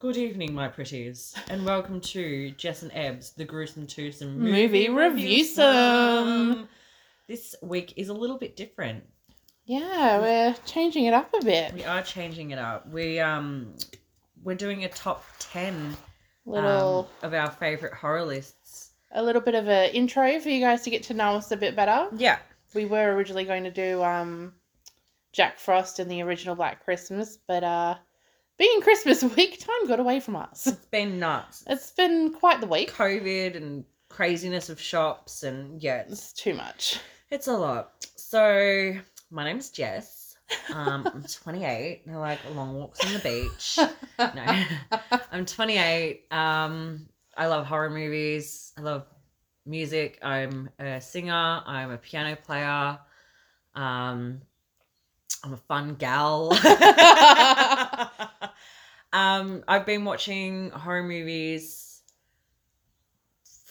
Good evening, my pretties, and welcome to Jess and Abs, the gruesome twosome Movie review some. This week is a little bit different. Yeah, we're changing it up a bit. We are changing it up. We um, we're doing a top ten Little, um, of our favorite horror lists. a little bit of a intro for you guys to get to know us a bit better. Yeah, We were originally going to do um, Jack Frost and the original Black Christmas, but uh, being Christmas week, time got away from us. it's been nuts. It's been quite the week. COVID and craziness of shops, and yeah, it's It's too much. It's a lot. So my name's Jess. Um, I'm 28. and I like long walks on the beach. No, I'm 28. Um, I love horror movies. I love music. I'm a singer. I'm a piano player. Um, I'm a fun gal. um, I've been watching horror movies.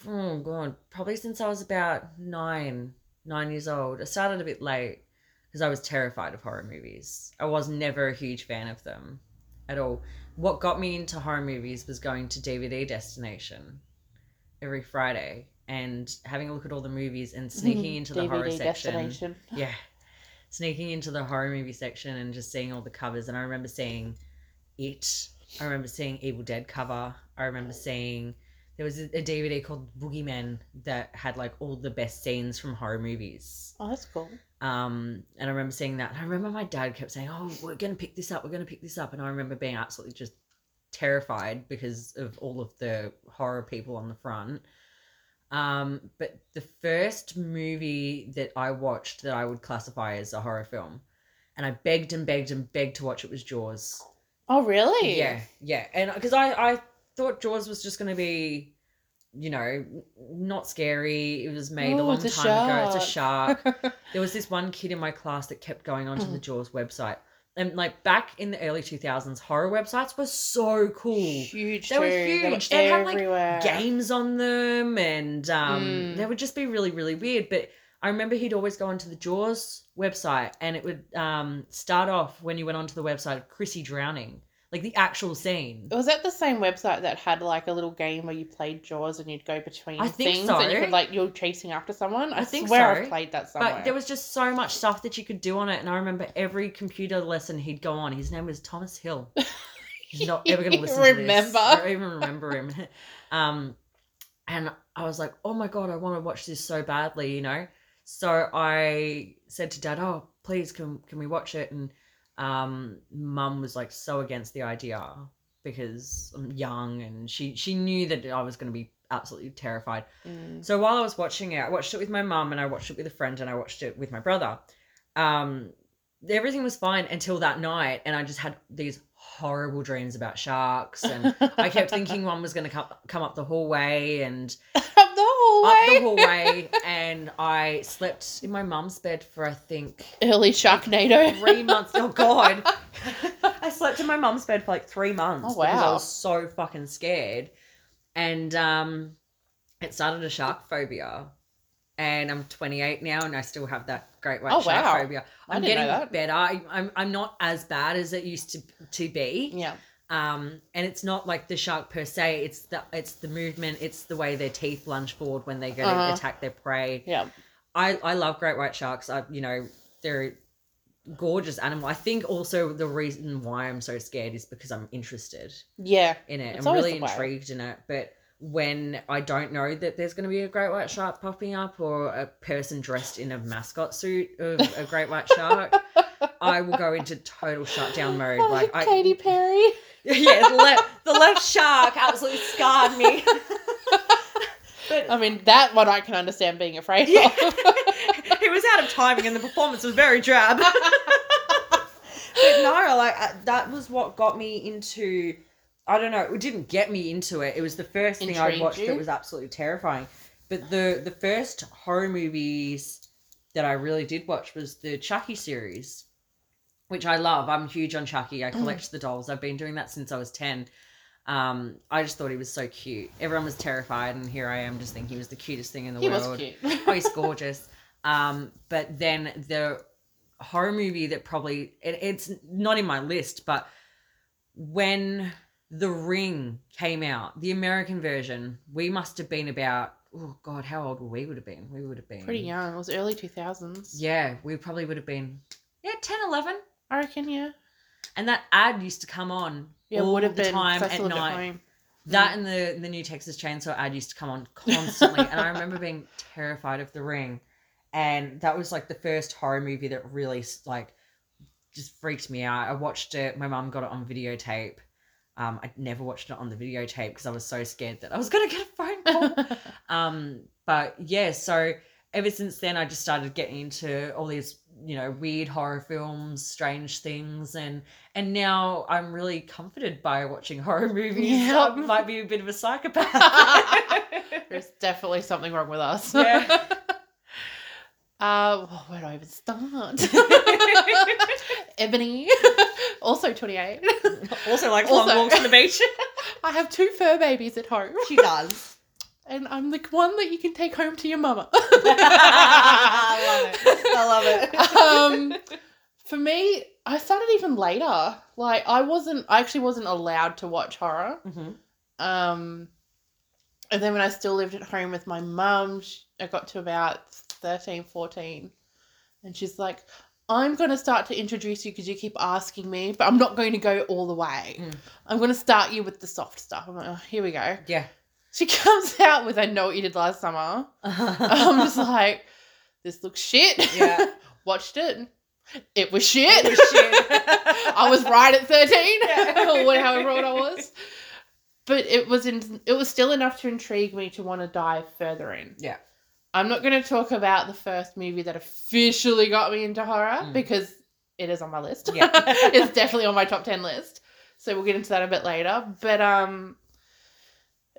Oh god, probably since I was about nine, nine years old. I started a bit late because I was terrified of horror movies. I was never a huge fan of them at all. What got me into horror movies was going to DVD Destination every Friday and having a look at all the movies and sneaking into the horror section yeah sneaking into the horror movie section and just seeing all the covers and i remember seeing it i remember seeing evil dead cover i remember seeing there was a, a dvd called boogeyman that had like all the best scenes from horror movies Oh, that's cool. um and i remember seeing that and i remember my dad kept saying oh we're gonna pick this up we're gonna pick this up and i remember being absolutely just terrified because of all of the horror people on the front um, but the first movie that I watched that I would classify as a horror film, and I begged and begged and begged to watch it was Jaws. Oh, really? Yeah, yeah, and because I I thought Jaws was just gonna be, you know, n- not scary. It was made a Oh, long time it's a ago. It's a shark. yeah. There was this one kid in my class that kept going onto the Jaws website, and like back in the early two thousands, horror websites were so cool. Huge. They were too. They were huge. They had, like, everywhere. games on them and um, Mm. they would just be really really weird but i remember he'd always go onto the jaws website and it would um, start off when you went onto the website of chrissy drowning like the actual scene Was that the same website that had like a little game where you played Jaws and you'd go between I think things and you so. could like you're chasing after someone? I, I think swear so. I've played that somewhere. but there was just so much stuff that you could do on it and i remember every computer lesson he'd go on his name was thomas hill he's not ever going to listen to this Remember. or even remember him um and i was like oh my god i want to watch this so badly you know so i said to dad oh please can can we watch it and um mum was like so against the idea because i'm young and she she knew that i was going to be absolutely terrified Mm. so while I was watching it, I watched it with my mum and I watched it with a friend and I watched it with my brother. Um, everything was fine until that night, and I just had these horrible dreams about sharks, and I kept thinking one was going to come come up the hallway and up the hallway. up the hallway, and I slept in my mum's bed for I think Early Sharknado. three months. Oh God, I slept in my mum's bed for like three months Oh, because I wow. was so fucking scared, and um, it started a shark phobia. And I'm 28 now, and I still have that great white Oh, shark wow. phobia. I I'm didn't know getting that. better. I, I'm I'm not as bad as it used to to be. yeah. Um, and it's not like the shark per se. It's the it's the movement. It's the way their teeth lunge forward when they go Uh-huh. to attack their prey. Yeah. I I love great white sharks. I you know they're gorgeous animal. I think also the reason why I'm so scared is because I'm interested Yeah. in it. It's I'm always really the way. intrigued in it, but when I don't know that there's going to be a great white shark popping up or a person dressed in a mascot suit of a great white shark, I will go into total shutdown mode. Oh, Like I, Katy Perry. yeah, the left, the left shark absolutely scarred me. but I mean, that one I can understand being afraid Yeah. of. it was out of timing and the performance was very drab. but no, like I- that was what got me into. I don't know. It didn't get me into it. It was the first thing I Intrigued watched you? that was absolutely terrifying. But the the first horror movies that I really did watch was the Chucky series, which I love. I'm huge on Chucky. I Mm. collect the dolls. I've been doing that since I was ten. Um, I just thought he was so cute. Everyone was terrified, and here I am, just thinking he was the cutest thing in the he world was cute. oh, he's gorgeous. Um, but then the horror movie that probably it, it's not in my list, but when The Ring came out, the American version. We must have been about oh god, how old we would have been? We would have been Pretty young. It was early 2000s. Yeah, we probably would have been yeah 10, 11. I reckon, yeah. and that ad used to come on Yeah, all would have the been. 'cause time I at still lived night. home. That and the the new Texas Chainsaw ad used to come on constantly, and I remember being terrified of The Ring, and that was like the first horror movie that really like just freaked me out. I watched it. My mum got it on videotape. Um, I never watched it on the videotape because I was so scared that I was gonna get a phone call. Um, but yeah, so ever since then, I just started getting into all these, you know, weird horror films, strange things, and and now I'm really comforted by watching horror movies. Yeah. I might be a bit of a psychopath. There's definitely something wrong with us. Yeah. Uh, well, where do I even start? Ebony, also 28. also, like Also- long walks on the beach. I have two fur babies at home, she does. and I'm the one that you can take home to your mama. um, for me, I started even later. Like I wasn't, I actually wasn't allowed to watch horror. hmm Um, and then when I still lived at home with my mum, sh- I got to about 13, 14, and she's like, I'm going to start to introduce you because you keep asking me, but I'm not going to go all the way. Mm. I'm going to start you with the soft stuff. I'm like, oh, here we go. Yeah. She comes out with, I know what you did last summer. I'm just like, this looks shit. Yeah. Watched it. It was It shit. was shit. I was right at 13 Yeah. or what- however old I was. But it was in, it was still enough to intrigue me to want to dive further in. Yeah. I'm not going to talk about the first movie that officially got me into horror Mm. because it is on my list. Yeah. it's definitely on my top 10 list. So we'll get into that a bit later, but um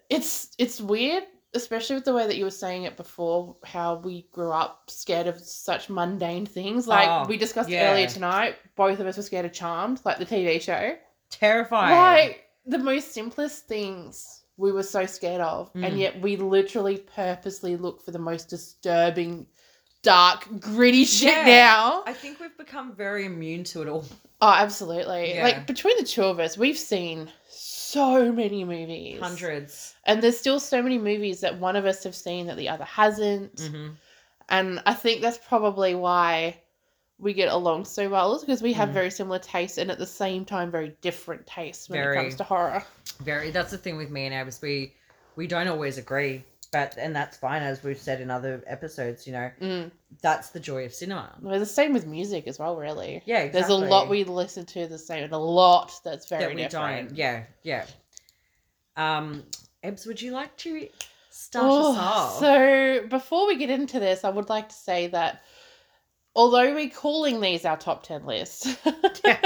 it's it's weird especially with the way that you were saying it before how we grew up scared of such mundane things like Oh, we discussed yeah. earlier tonight both of us were scared of charmed like the tv show Terrifying. like the most simplest things we were so scared of and Mm. yet we literally purposely look for the most disturbing dark gritty shit Yeah. now I think we've become very immune to it all. oh absolutely Yeah. like between the two of us we've seen so many movies Hundreds. and there's still so many movies that one of us have seen that the other hasn't Mm-hmm. And I think that's probably why we get along so well, is because we have Mm. very similar tastes and at the same time very different tastes when Very. it comes to horror. very that's the thing with me and Abs we we don't always agree but and that's fine as we've said in other episodes you know Mm. that's the joy of cinema Well, the same with music as well, really. yeah exactly. There's a lot we listen to the same and a lot that's very that we different. don't yeah yeah um Ebs would you like to start us Oh, off so before we get into this, I would like to say that although we're calling these our top 10 lists, Yeah.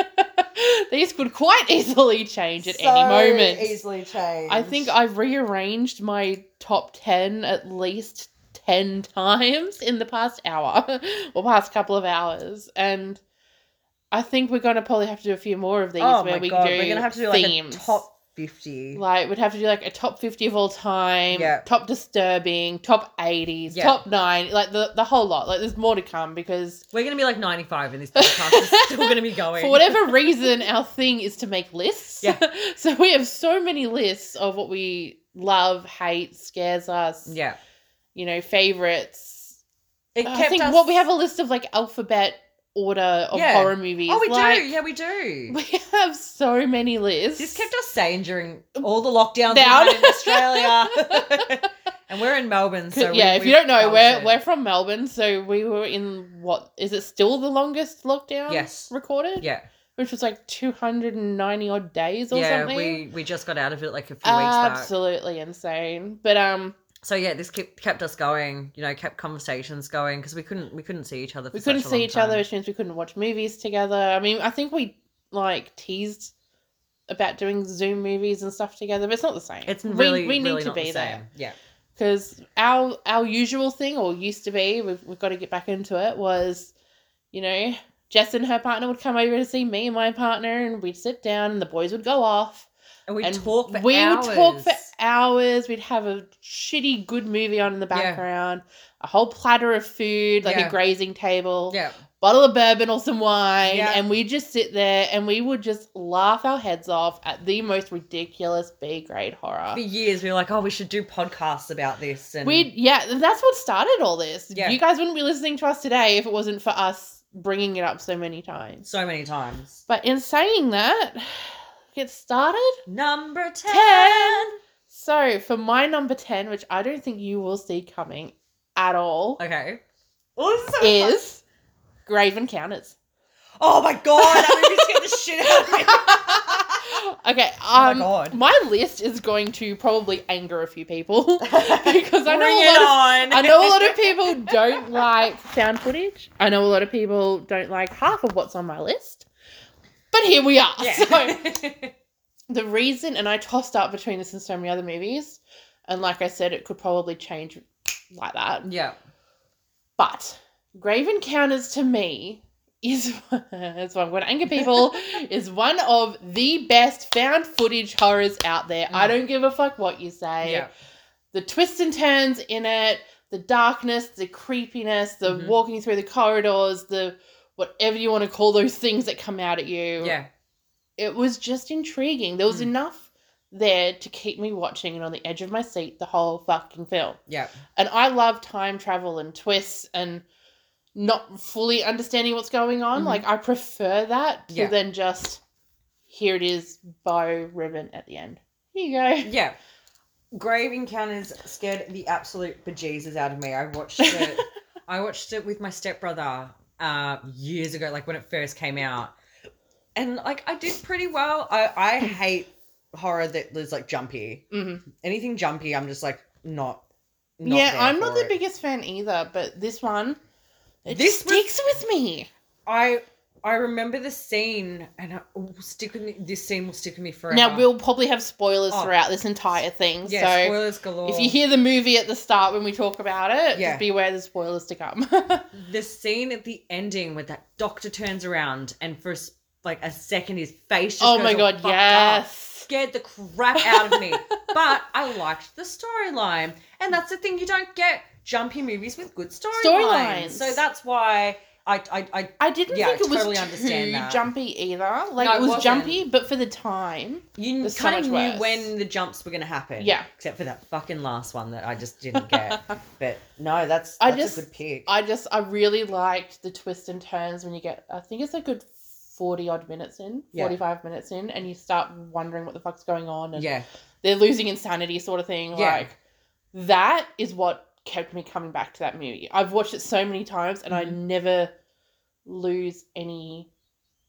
these could quite easily change at any moment. easily change I think I've rearranged my top 10 at least 10 times in the past hour or past couple of hours. And I think we're going to probably have to do a few more of these oh where my we god do we're gonna have to do themes. like a top 50 Like, we'd have to do like a top 50 of all time, Yeah. top disturbing, top 80s, Yeah. top 9, like the, the whole lot. Like, there's more to come because we're gonna be like 95 and this podcast is still gonna be going For whatever reason, our thing is to make lists. Oh, Yeah. so we have so many lists of what we love, hate, scares us, yeah you know, favorites. it I think what we have a list of like alphabet order of Yeah. horror movies. oh we like, do yeah we do We have so many lists. This kept us sane during Mm. all the lockdowns we Down. had in Australia. and we're in Melbourne, so we- yeah, if we you don't know, felt we're it. we're from Melbourne, so we were in what is it still the longest lockdown? Yes. recorded, yeah, which was like two hundred and ninety odd days or yeah. something. We we just got out of it like a few weeks back. Absolutely insane, but um, So yeah, this kept kept us going. You know, kept conversations going because we couldn't we couldn't see each other. For we couldn't such a long see each time. other, which means we couldn't watch movies together. I mean, I think we like teased about doing Zoom movies and stuff together, but it's not the same. It's We- really we, need really to not the be there same. Yeah, because our our usual thing, or used to be, we've we've got to get back into it. Was you know, Jess and her partner would come over to see me and my partner, and we'd sit down, and the boys would go off. and we and talk for we hours. would talk for hours. We'd have a shitty good movie on in the Yeah. background, a whole platter of food, like Yeah. a grazing table Yeah, bottle of bourbon or some wine, Yeah. and we just sit there and we would just laugh our heads off at the most ridiculous B grade horror. For years, we were like, oh, we should do podcasts about this. And We yeah, that's what started all this. Yeah. You guys wouldn't be listening to us today if it wasn't for us bringing it up so many times. so many times. But in saying that, get started. Number 10. 10. So for my number ten, which I don't think you will see coming at all, Okay. Oh, this is so fun. is Graven Counters. Oh my god, that movie scared the shit out of me. okay, Oh my um, God. my list is going to probably anger a few people because I Bring know a it lot of on. I know a lot of people don't like sound footage. I know a lot of people don't like half of what's on my list. But here we are. So Yeah. the reason, and I tossed up between this and so many other movies, and like I said, it could probably change like that. yeah. But Grave Encounters to me is that's why I'm going to anger people is one of the best found footage horrors out there. I Mm. don't give a fuck what you say Yeah. the twists and turns in it, the darkness, the creepiness, the Mhm. walking through the corridors, the whatever you want to call those things that come out at you. Yeah. It was just intriguing. There was Mm. enough there to keep me watching and on the edge of my seat the whole fucking film. Yeah. And I love time travel and twists and not fully understanding what's going on. Mhm. Like I prefer that to Yeah. then just here it is, bow ribbon at the end. Here you go. Yeah. Grave Encounters scared the absolute bejesus out of me. I watched it. I watched it with my stepbrother uh, years ago, like when it first came out, and like I did pretty well. I I hate horror that is like jumpy. Mhm. Anything jumpy, I'm just like not. not yeah, there I'm not for the it. biggest fan either, but this one, it This just sticks with me. I I remember the scene, and I, will stick with me. This scene will stick with me forever. Now we'll probably have spoilers Oh. throughout this entire thing, yeah, so spoilers galore. if you hear the movie at the start when we talk about it, Yeah. just be aware the spoilers to come. the scene at the ending where that doctor turns around and for s- like a second his face just oh goes my all god, fucked up. yes. scared the crap out of me but i liked the storyline and that's the thing you don't get jumpy movies with good storylines Storylines. so that's why i i, I I didn't Yeah, think I it was totally too understand that. jumpy either. Like No, it it was wasn't. jumpy, but for the time, you There's so kind of much knew worse. when the jumps were going to happen Yeah. except for that fucking last one that i just didn't get but no that's, that's I just- a good pick I just I really liked the twists and turns when you get I think it's a good forty odd minutes in, Yeah. forty five minutes in, and you start wondering what the fuck's going on and yeah they're losing insanity sort of thing. Yeah. Like that is what kept me coming back to that movie. I've watched it so many times and I Mhm. never lose any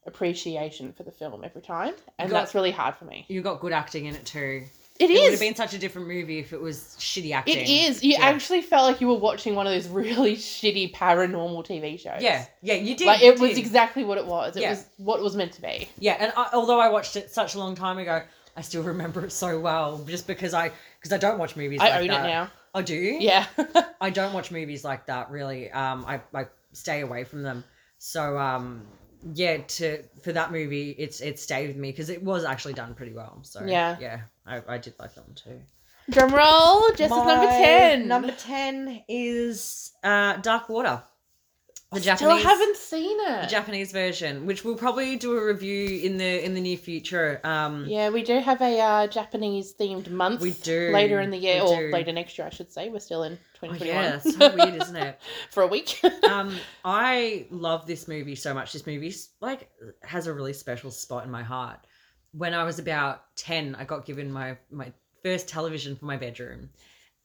appreciation for the film every time. And Got- that's really hard for me. you got good acting in it too It it would is. have been such a different movie if it was shitty acting it is. You Yeah. actually felt like you were watching one of those really shitty paranormal TV shows. Yeah, yeah, you did. Like you it was did. exactly what it was. It Yeah. was what it was meant to be. yeah. And I, although I watched it such a long time ago, I still remember it so well, just because I because I don't watch movies. I like own that. it now. I do. Yeah. I don't watch movies like that really. Um, I I stay away from them. So um, yeah, to for that movie, it's it stayed with me because it was actually done pretty well. So Yeah. yeah, I, I did like that one too. Drum roll, Jess is number My ten. Number ten is uh, Dark Water. The I Japanese. Still haven't seen it. the Japanese version, which we'll probably do a review in the in the near future. Um, Yeah, we do have a uh, Japanese themed month. We do. later in the year, We or do. later next year, I should say. We're still in Oh, 2021 yeah, it's so weird, isn't it? for a week. Um, I love this movie so much. This movie like has a really special spot in my heart. When I was about ten, I got given my my first television for my bedroom,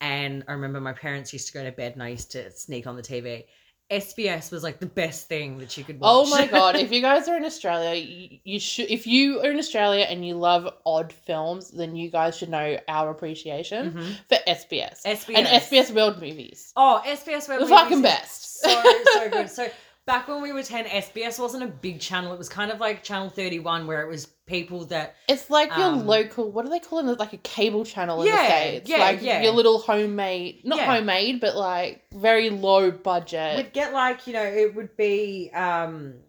and I remember my parents used to go to bed, and I used to sneak on the TV. SBS was like the best thing that you could watch. oh my god! If you guys are in Australia, you, you should. If you are in Australia and you love odd films, then you guys should know our appreciation Mhm. for SBS, SBS and SBS World Movies. Oh, SBS web The fucking best. so so good. So back when we were ten, SBS wasn't a big channel. It was kind of like Channel Thirty One, where it was people that It's like your Um, local. What do they call it? Like a cable channel in the Yeah, states. yeah, like yeah. your little homemade, not Yeah. homemade, but like very low budget. would get like you know it would be um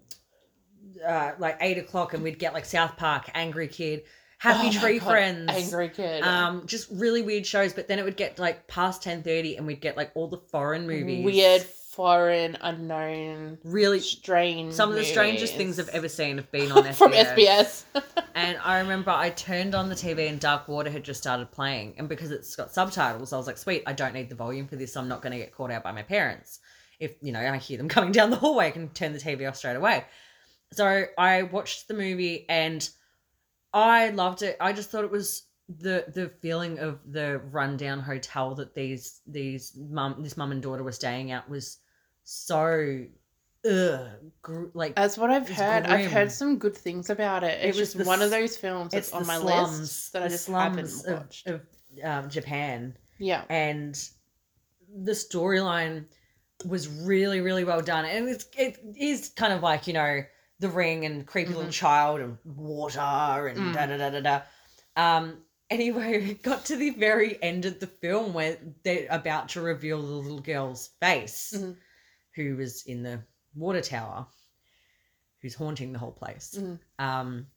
uh, like eight o'clock, and we'd get like South Park, Angry Kid, Happy Oh my Tree God, Friends. Angry Kid. Um, just really weird shows, but then it would get like past ten thirty, and we'd get like all the foreign movies. Weird foreign, unknown, Really, strange. some of the strangest things I've movies. ever seen have been on SBS. from SBS. And I remember I turned on the TV and Dark Water had just started playing. And because it's got subtitles, I was like, sweet, I don't need the volume for this. I'm not going to get caught out by my parents. If, you know, I hear them coming down the hallway, I can turn the TV off straight away. So I watched the movie and I loved it. I just thought it was the the feeling of the rundown hotel that these these mum this mum and daughter were staying at was so ugh, gr- like That's what I've It's heard. I've grim. heard some good things about it. It It's was just the one s- of those films that's it's on the my slums, list that I the just haven't slums of- watched. of, um, Japan, yeah. and the storyline was really, really well done. And it's it is kind of like you know the ring and creepy little child and water and Mm-hmm. Mm. da da da da da. Um, anyway, we got to the very end of the film where they're about to reveal the little girl's face, Mhm. who was in the water tower, who's haunting the whole place. Mhm. Um,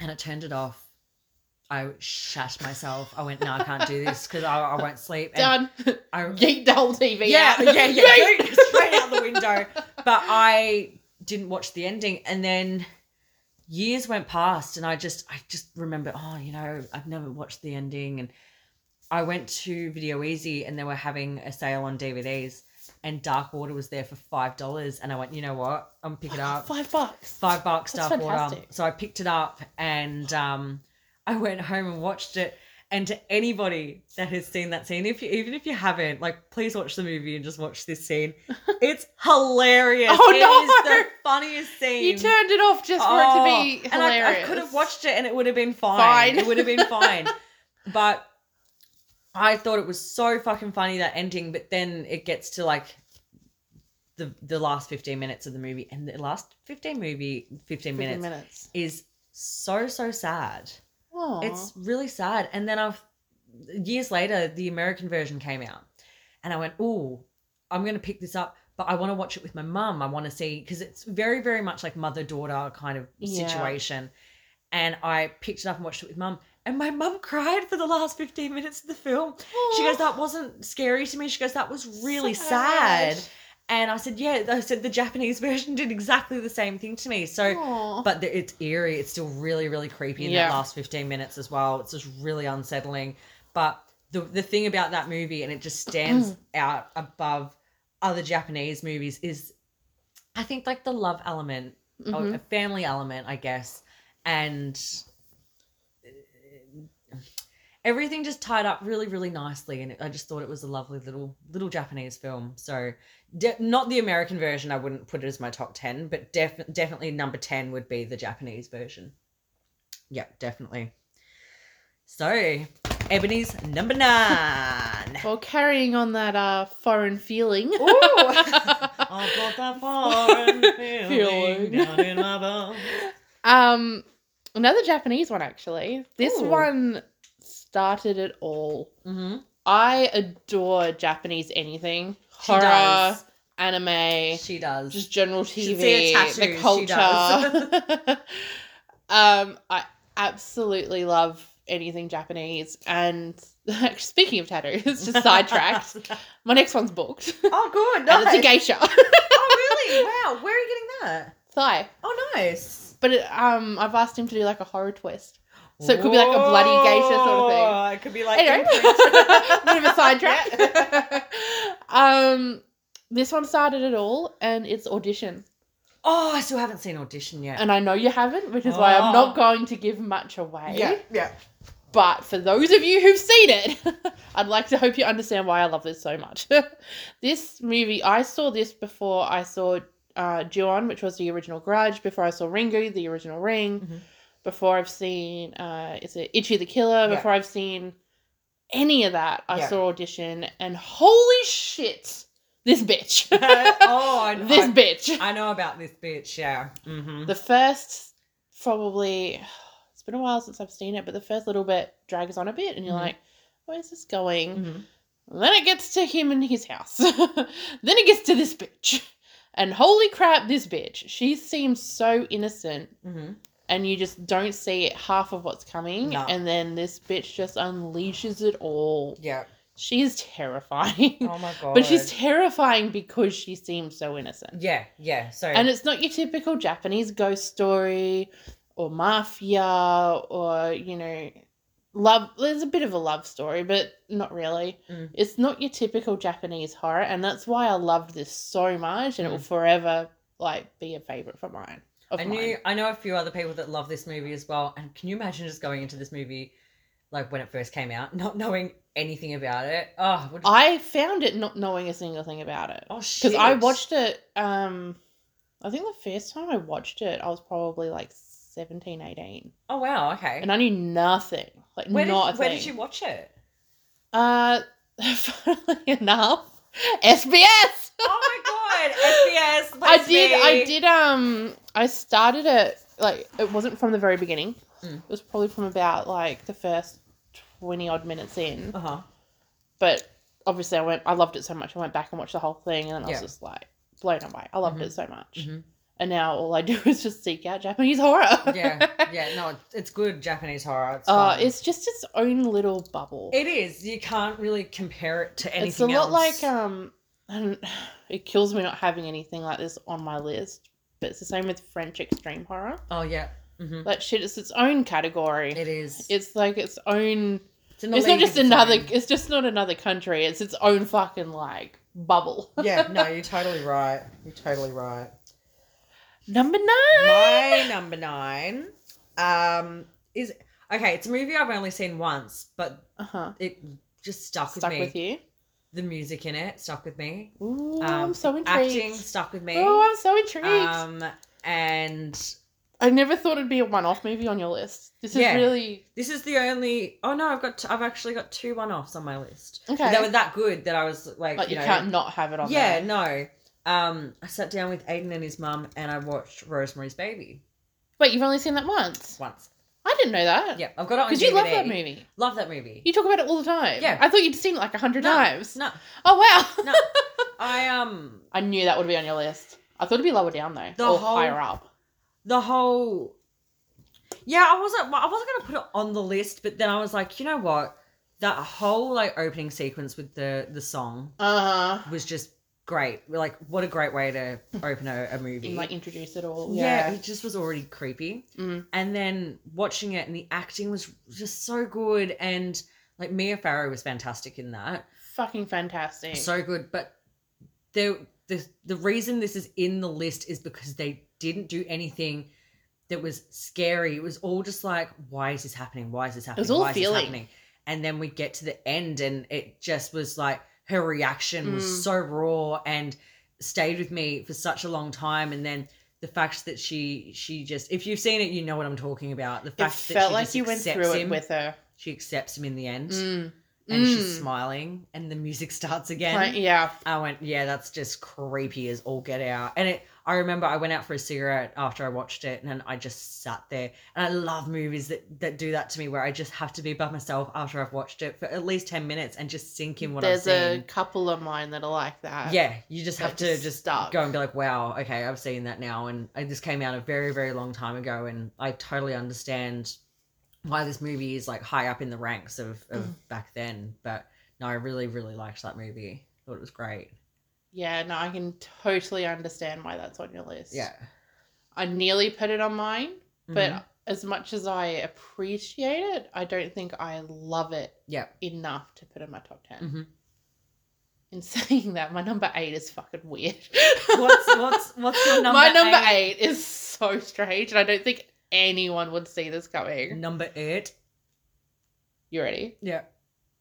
and I turned it off. I shat myself. I went, no, I can't do this because I, I won't sleep. And Done. I, Yeet the whole TV. yeah, out. yeah, yeah, Yeet. yeah. Straight out the window. But I didn't watch the ending, and then years went past, and I just, I just remember, oh, you know, I've never watched the ending, and I went to Video Easy, and they were having a sale on DVDs, and Dark Water was there for five dollars, and I went, you know what, I'm gonna pick it up Five bucks. five bucks That's dark water. fantastic. So I picked it up and um, I went home and watched it. And to anybody that has seen that scene, if you, even if you haven't, like, please watch the movie and just watch this scene. It's hilarious. Oh, It no. is the funniest scene. You turned it off just for it Oh, to be hilarious. And I, I could have watched it and it would have been fine. Fine. It would have been fine. but I thought it was so fucking funny that ending, but then it gets to like the the last 15 minutes of the movie and the last 15 movie 15 Fifteen minutes minutes. is so so sad. Aw. It's really sad. And then I've years later the American version came out, and I went, "Oh, I'm gonna pick this up." But I want to watch it with my mum. I want to see because it's very, very much like mother daughter kind of Yeah. situation. And I picked it up and watched it with mum. And my mum cried for the last 15 minutes of the film. She goes, That wasn't scary to me. She goes, That was really sad. And I said, Yeah, I said the Japanese version did exactly the same thing to me. So Aw. but the, it's eerie. It's still really, really creepy in Yeah. that last 15 minutes as well. It's just really unsettling. But the, the thing about that movie, and it just stands out above other Japanese movies, is I think like the love element, Mhm. or a family element, I guess, and uh, everything just tied up really, really nicely. And I just thought it was a lovely little little Japanese film. So de- not the American version. I wouldn't put it as my top ten, but def- definitely number ten would be the Japanese version. Yeah, definitely. So, Ebony's number nine. Well, carrying on that uh, foreign feeling. Ooh. I've got that foreign feeling Feeling. down in my bones. um, another Japanese one actually. This Ooh. one started it all. Mm-hmm. I adore Japanese anything, She horror, does. anime, She does. just general She TV, should see a tattoo, the she culture. um, I absolutely love anything Japanese. And speaking of tattoos, just sidetracked. My next one's booked, oh, good. and Nice. it's a geisha oh, really? Wow. Where are you getting that? thigh. Oh, nice. But it, um, I've asked him to do like a horror twist. So it could be like a bloody geisha sort of thing. Whoa, It could be like. anyway, imprint. bit of a Yeah. sidetrack. um, this one started it all, and it's audition. Oh, I still haven't seen audition yet. And I know you haven't, which is why I'm Oh. not going to give much away. yeah. But for those of you who've seen it, I'd like to hope you understand why I love this so much. this movie, I saw this before I saw uh, Ju-on, which was the original Grudge, before I saw Ringu, the original Ring, Mhm. before I've seen uh, it's a Itchy the Killer, Yeah. before I've seen any of that, I Yeah. saw Audition, and holy shit, this bitch. oh, I, this I, bitch. I know about this bitch. Yeah. Mm-hmm. The first, probably, it's been a while since I've seen it, but the first little bit drags on a bit, and you're Mhm. like, where's this going? Mhm. Then it gets to him and his house. then it gets to this bitch. And holy crap, this bitch. She seems so innocent, Mhm. and you just don't see half of what's coming. No. And then this bitch just unleashes it all. Yeah. She is terrifying. Oh my god. but she's terrifying because she seems so innocent. yeah, yeah. So And it's not your typical Japanese ghost story or mafia or, you know, love. There's a bit of a love story, but not really. Mm. It's not your typical Japanese horror. And that's why I loved this so much. And it will Mm. forever, like, be a favorite for mine. Of I mine. knew I know a few other people that love this movie as well. And can you imagine just going into this movie like when it first came out, not knowing anything about it? Oh, would, I found it not knowing a single thing about it. oh shit. because I watched it. Um, I think the first time I watched it, I was probably like 17, 18. Oh wow, okay. and I knew nothing, like where did, not a where thing. did you watch it? Uh, funnily enough, SBS. Oh my god, SBS. I bless did. me. I did. Um, I started it like it wasn't from the very beginning. Mm. It was probably from about like the first twenty odd minutes in. Uh huh. but obviously I went I loved it so much I went back and watched the whole thing and then I was Yeah. just like blown away I loved it so much Mhm. and now all I do is just seek out Japanese horror Yeah, yeah. No, it's- it's good Japanese horror. It's, uh, fun. it's just its own little bubble It is. You can't really compare it to anything it's a lot else. like um I don't, it kills me not having anything like this on my list but it's the same with French extreme horror oh yeah, hmm like shit it's its own category it is. it's like its own in the it's league not of just its another own. it's just not another country it's its own fucking like bubble yeah, no, you're totally right. You're totally right. number 9 My number nine um, is okay. It's a movie I've only seen once, but uh-huh it just stuck, stuck with me. with you. The music in it stuck with me. Ooh, Um, I'm so intrigued. Acting stuck with me. Oh, I'm so intrigued. um, and I never thought it'd be a one-off movie on your list. This is Yeah. really This is the only. Oh no, I've got. I've actually got two one-offs on my list. okay. But They were that good that I was like, like you, you, know, can't not have it on. yeah, there. no. Um, I sat down with Aiden and his mum, and I watched Rosemary's Baby Wait, you've only seen that once. once. I didn't know that. Yeah, I've got it on. Because you love that DVD. movie. Love that movie. You talk about it all the time. Yeah. I thought you'd seen it like a hundred No. times. No, Oh wow. No. I um I knew that would be on your list. I thought it'd be lower down though, The or whole- higher up. the whole. Yeah, I wasn't. well, I wasn't gonna put it on the list, but then I was like, you know what? That whole like opening sequence with the the song Uh huh. was just great. Like, what a great way to open a, a movie. And like introduce it all. yeah. Yeah. it just was already creepy. Mm. And then watching it and the acting was just so good. And like Mia Farrow was fantastic in that. Fucking fantastic. So good. But the, the, the reason this is in the list is because they didn't do anything that was scary. It was all just like, why is this happening? Why is this happening? all why is this feeling. happening? And then we get to the end and it just was like, her reaction was Mm. so raw and stayed with me for such a long time. And then the fact that she she just if you've seen it you know what i'm talking about the it fact that felt she like just you went accepts through him it with her. she accepts him in the end Mm. and she's Mm. smiling and the music starts again Like, yeah. i went yeah that's just creepy as all get out and it i remember i went out for a cigarette after i watched it and then i just sat there and i love movies that that do that to me where i just have to be by myself after i've watched it for at least 10 minutes and just sink in what There's i've a seen couple of mine that are like that. yeah you just that have to just just stuck. go and be like wow okay i've seen that now and I- this came out a very very long time ago and i totally understand why this movie is like high up in the ranks of, of back then but no i really really liked that movie thought it was great Yeah, no, I can totally understand why that's on your list. yeah I nearly put it on mine, but Mhm. as much as I appreciate it, I don't think I love it yeah enough to put in my top 10. Mhm. In saying that, my number eight is fucking weird. what's what's what's your number my number eight? eight? is so strange, and I don't think anyone would see this coming. number eight You ready? yeah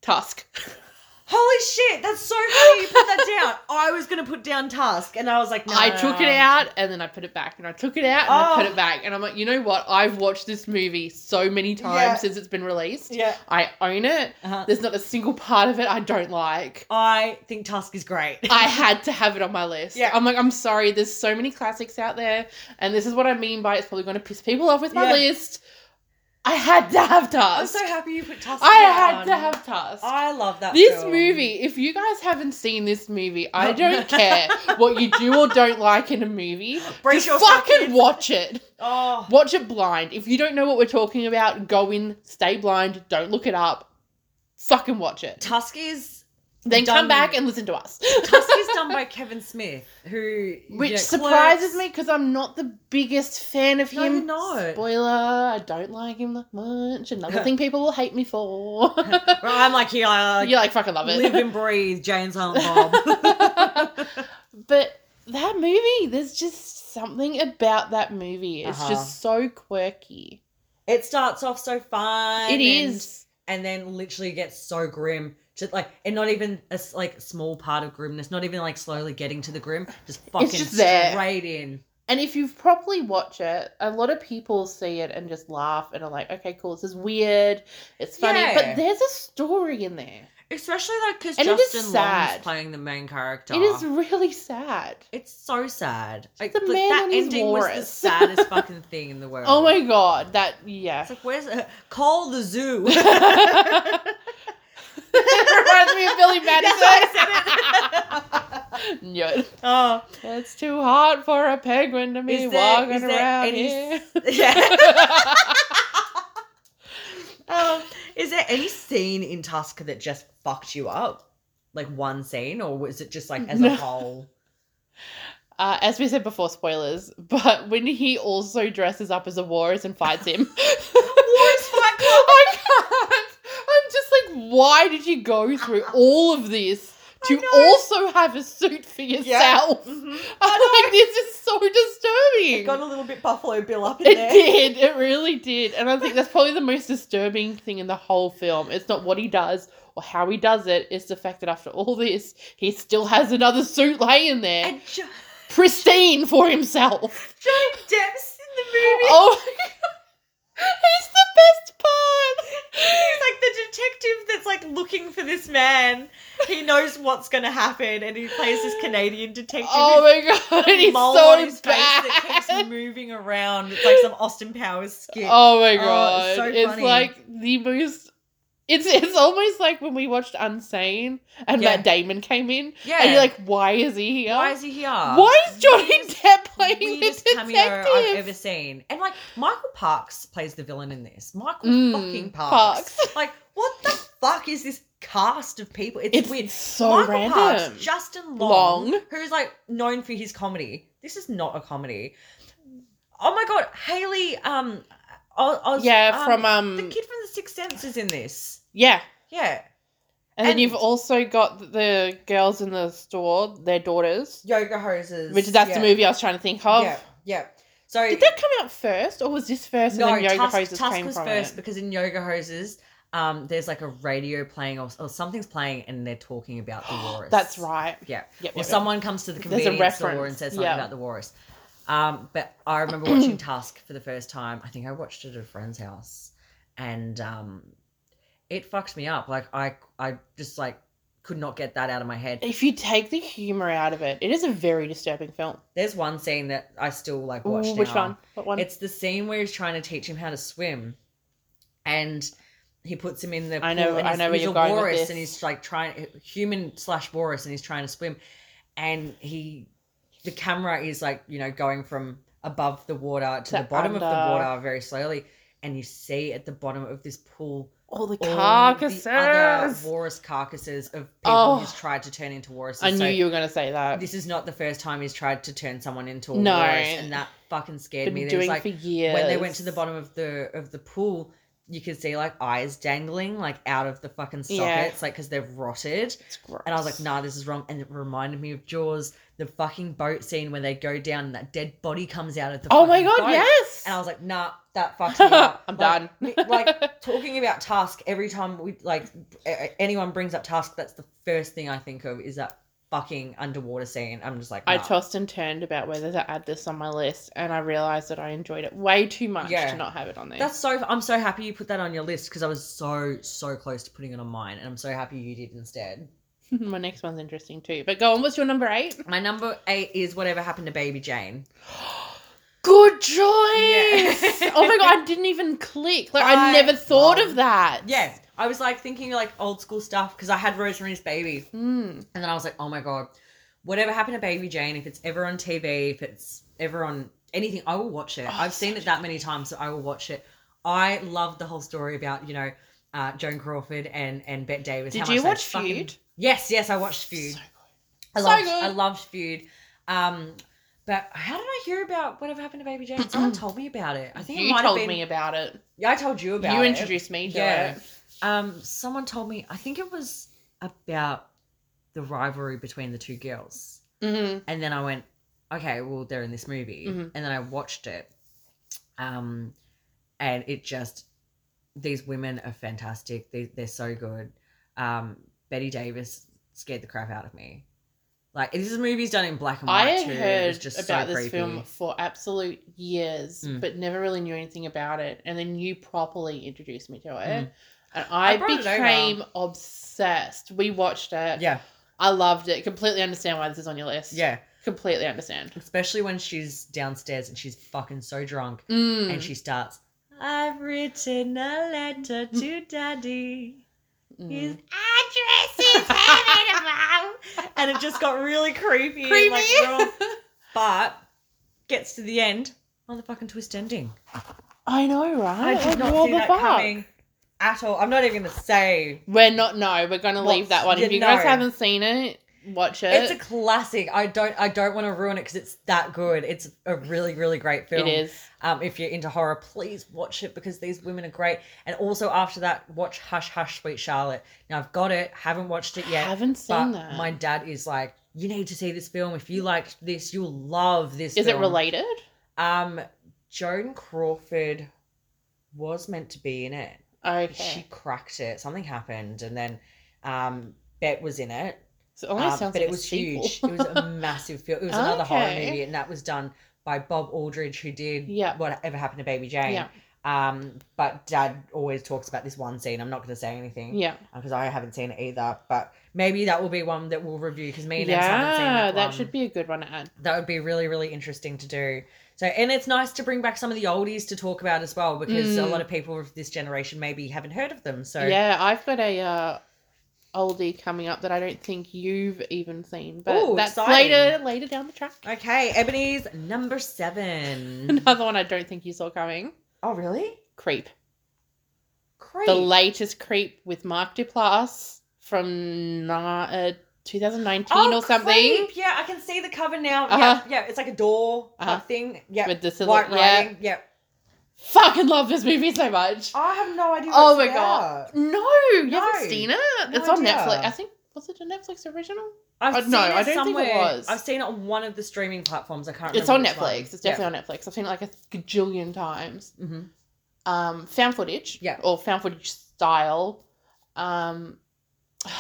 Tusk. holy shit that's so funny you put that down i was gonna put down task and i was like no, I no, no, took no. it out and then I put it back and I took it out and I put Oh. it back and I'm like, you know what? I've watched this movie so many times Yeah. since it's been released. yeah I own it. uh-huh. There's not a single part of it I don't like. i think task is great I had to have it on my list. Yeah. I'm like, I'm sorry, there's so many classics out there, and this is what I mean by it's probably going to piss people off with my Yeah. list. I had to have I'm Tusk. so happy you put Tusk. I had down. to have Tusk. I love that. This film. movie, if you guys haven't seen this movie, I don't care what you do or don't like in a movie. Brace just yourself, fucking kids. watch it. Oh, Watch it blind. If you don't know what we're talking about, go in, stay blind, don't look it up. Fucking watch it. Tusk is Then done- come back and listen to us. Tusk is done by Kevin Smith, who Which you know, surprises Clerks- me because I'm not the biggest fan of No, him. you're not. Spoiler, I don't like him that much. Another thing people will hate me for. Well, I'm like, yeah, I you like fucking love it. live and breathe, James Silent Bob. But that movie, there's just something about that movie. It's Uh-huh. just so quirky. it starts off so fun. It and- is. and then literally gets so grim. Just like, and not even a s- like small part of grimness. Not even like slowly getting to the grim. Just fucking just there. straight in. And if you properly watch it, a lot of people see it and just laugh and are like, okay, cool, this is weird, it's funny. Yeah. But there's a story in there. Especially like because And it is Justin Long's sad. playing the main character. It is really sad. It's so sad. Like, a but man that on his ending was the walrus. saddest fucking thing in the world. Oh my god, that, yeah. It's like where's uh, call the zoo. it reminds me of Billy That's why Madison. I said it. Yeah. oh, It's too hot for a penguin to be Is there- walking is there around any- here. yeah. Um, is there any scene in Tusk that just fucked you up? Like one scene, or was it just like as a No. whole? Uh, as we said before, spoilers, but when he also dresses up as a walrus and fights him. Walrus fight club. I can't. I'm just like, why did you go through all of this I to know. also have a suit for yourself? Mhm. I'm like, this is so disturbing. It got a little bit Buffalo Bill up in It there. did. It really did. And I think that's probably the most disturbing thing in the whole film. It's not what he does or how he does it. It's the fact that after all this, he still has another suit laying there, And Jo- pristine for himself. Johnny Depp's in the movie. Oh, my God. he's the best part. He's like the detective that's like looking for this man. He knows what's gonna happen, and he plays this Canadian detective. Oh who's my god, got a he's mole on his so face that keeps bad. moving around. It's like some Austin Powers skit. Oh my Oh, it's god, so it's funny. like the most. It's it's almost like when we watched Unsane and Yeah. Matt Damon came in. yeah, And you're like, why is he here? why is he here? Why is Johnny Weirdest- Depp playing weirdest the cameo I've detective? ever seen. And like Michael Parks plays the villain in this. Michael Mm, fucking Parks. Like what the fuck is this cast of people? It's, It's weird. so Michael random. Parks, Justin Long, Long. who's like known for his comedy. This is not a comedy. Oh my god, Haley. Um, Oz, Oz- yeah, from the um, kid from The Sixth Sense is in this. yeah. Yeah, And, then and- you've also got the girls in the store, their daughters, yoga hoses. which that's yeah, the movie I was trying to think of. Yeah, yeah. So Did that come out first, or was this first and Oh, then Yoga Tusk, Hoses Tusk came was from first it? because in Yoga Hoses, um, there's like a radio playing or, or something's playing and they're talking about the walrus. That's right. Yeah. Yep, Or yep, someone comes to the There's a convenience store and reference, says something yeah. about the walrus. Um, but I remember watching Tusk for the first time. I think I watched it at a friend's house, and um, it fucked me up. Like I, I just like could not get that out of my head. Yep. If you take the humor out of it, it is a very disturbing film. There's one scene that I still like Ooh, watch. now. which one? What one? It's the scene where he's trying to teach him how to swim, and he puts him in the I know- pool, and I he's- know where he's you're a going with walrus, this. and he's like trying human slash walrus, and he's trying to swim, and he, the camera is like you know going from above the water to, To the bottom of the under. water very slowly, and you see at the bottom of this pool all the all carcasses. the other walrus carcasses of people Oh. he's tried to turn into walruses. I knew So you were going to say that. This is not the first time he's tried to turn someone into a No. walrus, and that fucking scared Been me. There's, doing like, for years. when they went to the bottom of the of the pool you could see like eyes dangling like out of the fucking sockets Yeah. like because they've rotted It's gross. and i was like nah this is wrong and it reminded me of jaws the fucking boat scene where they go down and that dead body comes out of the Oh my fucking god, boat. yes. and i was like nah that fucks me up I'm Like, done. me- like talking about task every time we like a- a- anyone brings up task that's the first thing i think of is that fucking underwater scene i'm just like I nah. tossed and turned about whether to add this on my list, and I realized that I enjoyed it way too much Yeah. to not have it on there. That's so. I'm so happy you put that on your list because I was so so close to putting it on mine, and I'm so happy you did instead. my next one's interesting too. But go on, what's your number eight? My number eight is whatever happened to Baby Jane. Good choice! oh my god, I didn't even click. Like I, I never thought love- of that. Yeah, I was like thinking like old school stuff because I had Rosemary's Baby, Mm. and then I was like, oh my god, whatever happened to Baby Jane? If it's ever on TV, if it's ever on anything, I will watch it. Oh, I've seen so it that many times, so I will watch it. I love the whole story about you know. uh, Joan Crawford and and Bette Davis. Did how you much they watch fucking- Feud? Yes, yes, I watched Feud. So good. I So loved, good. I loved Feud. Um, but how did I hear about whatever happened to Baby Jane? Someone told me about it. I think it you might told have been. me about it. Yeah, I told you about you it. introduced me to Yeah. it. Um, someone told me. I think it was about the rivalry between the two girls, Mm-hmm. and then I went, okay, well they're in this movie, Mhm. and then I watched it. Um, and it just these women are fantastic. They they're so good. Um, Betty Davis scared the crap out of me. Like this movie's done in black and I white had too. it was heard just about so this creepy. film for absolute years, Mm. but never really knew anything about it. And then you properly introduced me to it. Mm. And I, I brought it over. became obsessed. We watched it. Yeah, I loved it. Completely understand why this is on your list. yeah. Completely understand. Especially when she's downstairs and she's fucking so drunk Mm. and she starts. I've written a letter to daddy. His Mm. address is heaven above. And it just got really creepy. and, Creepy. like, real- but gets to the end. Motherfucking twist ending. I know, I right? did Like, not what see the that fuck? coming at all. I'm not even gonna say We're not. No, we're gonna What's- leave that one. If yeah, you guys no. haven't seen it, watch it. it's a classic. I don't. I don't want to ruin it because it's that good. It's a really, really great film. It is. Um, if you're into horror, please watch it because these women are great. And also after that, watch Hush Hush Sweet Charlotte. Now I've got it. Haven't watched it yet. haven't But seen that. Is my dad is like, you need to see this film. If you liked this, you'll love this. it film." related? Um, Joan Crawford was meant to be in it. Okay. She cracked it. Something happened, and then um, Bet was in it. so it almost Um, sounds but like it was a sequel. huge. It was a massive film. It was another horror Okay. movie, and that was done by Bob Aldridge, who did Yeah. whatever happened to Baby Jane. Yeah. Um, but Dad always talks about this one scene. I'm not going to say anything Yeah. because I haven't seen it either. But maybe that will be one that we'll review because me and Ems haven't seen Yeah, that, that, one. should be a good one to add. That would be really, really interesting to do. So, and it's nice to bring back some of the oldies to talk about as well because a Mm. lot of people of this generation maybe haven't heard of them. So, Yeah, I've got a uh, oldie coming up that I don't think you've even seen, but Ooh, that's exciting. later later down the track. okay, Ebony's number seven. Another one I don't think you saw coming. oh, really? Creep. Great. The latest Creep with Mark Duplass from na- uh, 2019 or something. Oh, creep. Yeah, I can see the cover now. Uh-huh. Yeah, yeah, it's like a door type Uh-huh. thing. Yeah, With the white silhouette. Yeah. writing. Yeah, Fucking love this movie so much. I have no idea. Oh what it's my God. about. No, you haven't No. seen it? No it's on idea. Netflix. I think, was it a Netflix original? I've Uh, seen no, it I don't think it somewhere. was. I've seen it on one of the streaming platforms. I can't. It's on remember Netflix. It's definitely on Netflix. I've seen it like a gajillion times. hmm Um, found footage. Yeah. Or found footage style. Um,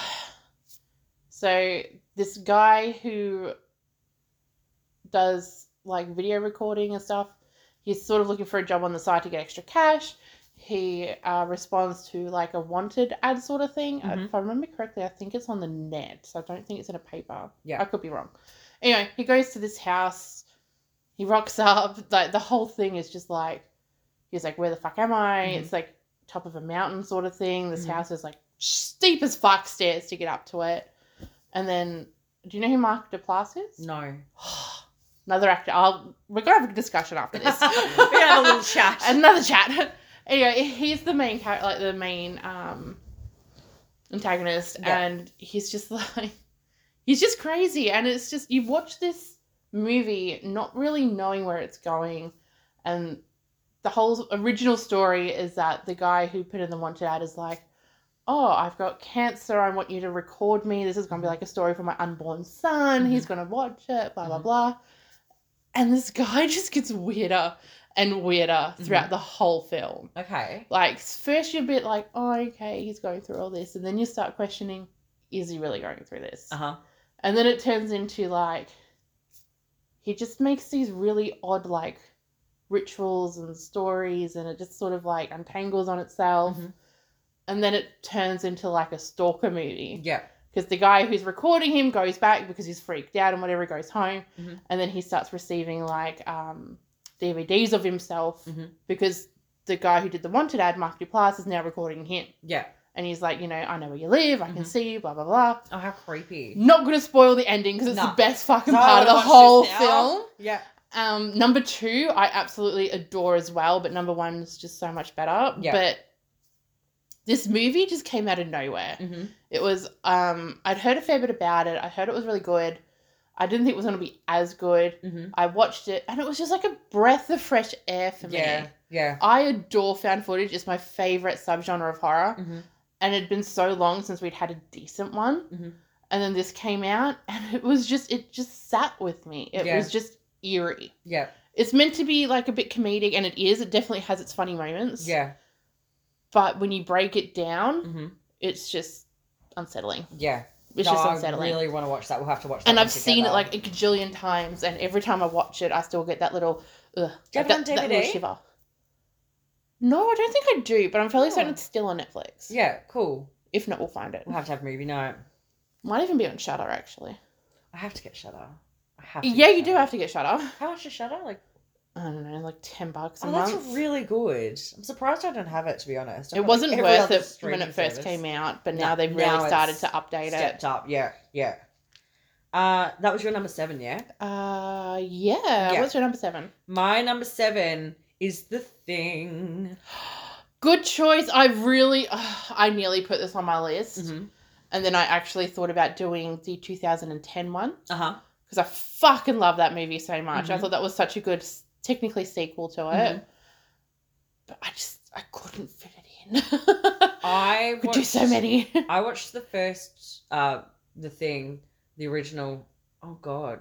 so this guy who does like video recording and stuff, he's sort of looking for a job on the side to get extra cash. He uh, responds to like a wanted ad sort of thing. Uh, Mhm. If I remember correctly, I think it's on the net, so I don't think it's in a paper. Yeah. I could be wrong. Anyway, he goes to this house. He rocks up. Like the whole thing is just like he's like, "Where the fuck am I?" Mhm. It's like top of a mountain sort of thing. This Mhm. house is like steep as fuck stairs to get up to it. And then, do you know who Mark Duplass is? No. Another actor. I'll, we're gonna have a discussion after this. we had a little chat. Another chat. Anyway, he's the main character, like the main um, antagonist, Yeah. and he's just like, he's just crazy, and it's just you watch this movie not really knowing where it's going, and the whole original story is that the guy who put in the wanted ad is like. Oh, I've got cancer. I want you to record me. This is going to Mm-hmm. be like a story for my unborn son. He's going to watch it, blah, blah, Mhm. blah. And this guy just gets weirder and weirder throughout the whole film. okay. Like, first you're a bit like, oh, okay, he's going through all this. And then you start questioning, is he really going through this? Uh huh. And then it turns into like, he just makes these really odd, like, rituals and stories, and it just sort of like untangles on itself. Mhm. And then it turns into like a stalker movie Yeah. because the guy who's recording him goes back because he's freaked out and whatever goes home Mhm. and then he starts receiving like um, dvds of himself Mhm. because the guy who did the wanted ad mark duplass is now recording him Yeah. and he's like you know i know where you live i can Mhm. see you blah blah blah Oh, how creepy. not gonna spoil the ending because it's Nah. the best fucking So I part of the wanna whole watch this now. film Yeah. um, number two, I absolutely adore as well, but number one is just so much better. Yeah. But This movie just came out of nowhere. hmm It was um I'd heard a fair bit about it. I heard it was really good. I didn't think it was gonna be as good. hmm I watched it and it was just like a breath of fresh air for me. Yeah. Yeah. I adore found footage. It's my favorite subgenre of horror. Mhm. And it'd been so long since we'd had a decent one. Mhm. And then this came out and it was just it just sat with me. It Yeah. was just eerie. Yeah. It's meant to be like a bit comedic and it is. It definitely has its funny moments. Yeah. But when you break it down, hmm it's just unsettling. Yeah. It's No, just I unsettling. really want to watch that. We'll have to watch that. and one I've seen it together. like a gajillion times, and every time I watch it, I still get that little ugh, Do you have like it that, on that little DVD? shiver. No, I don't think I do, but I'm fairly certain Oh. it's still on Netflix. Yeah, cool. If not, we'll find it. We'll have to have movie night. Might even be on Shutter actually. I have to get Shutter. I have. To Yeah, get you do Shudder. have to get Shutter. How much is Shutter? Like, I don't know, like ten bucks a oh, month. that's really good. I'm surprised I don't have it to be honest. I it feel like wasn't every worth other it when streaming it first service came out, but No, now they've really now started it's to update it. Stepped up. Yeah, yeah. Uh, that was your number seven, yeah. Uh, yeah. Yeah. What's your number seven? My number seven is the thing. Good choice. I really, I nearly put this on my list. Mm-hmm. And then I actually thought about doing the 2010 one Uh huh. because I fucking love that movie so much. I Mhm. thought that was such a good, s- technically sequel to it. Mhm. But I just, I couldn't fit it in. I could do so watched- many. I watched the first, uh, the thing, the original. Oh God,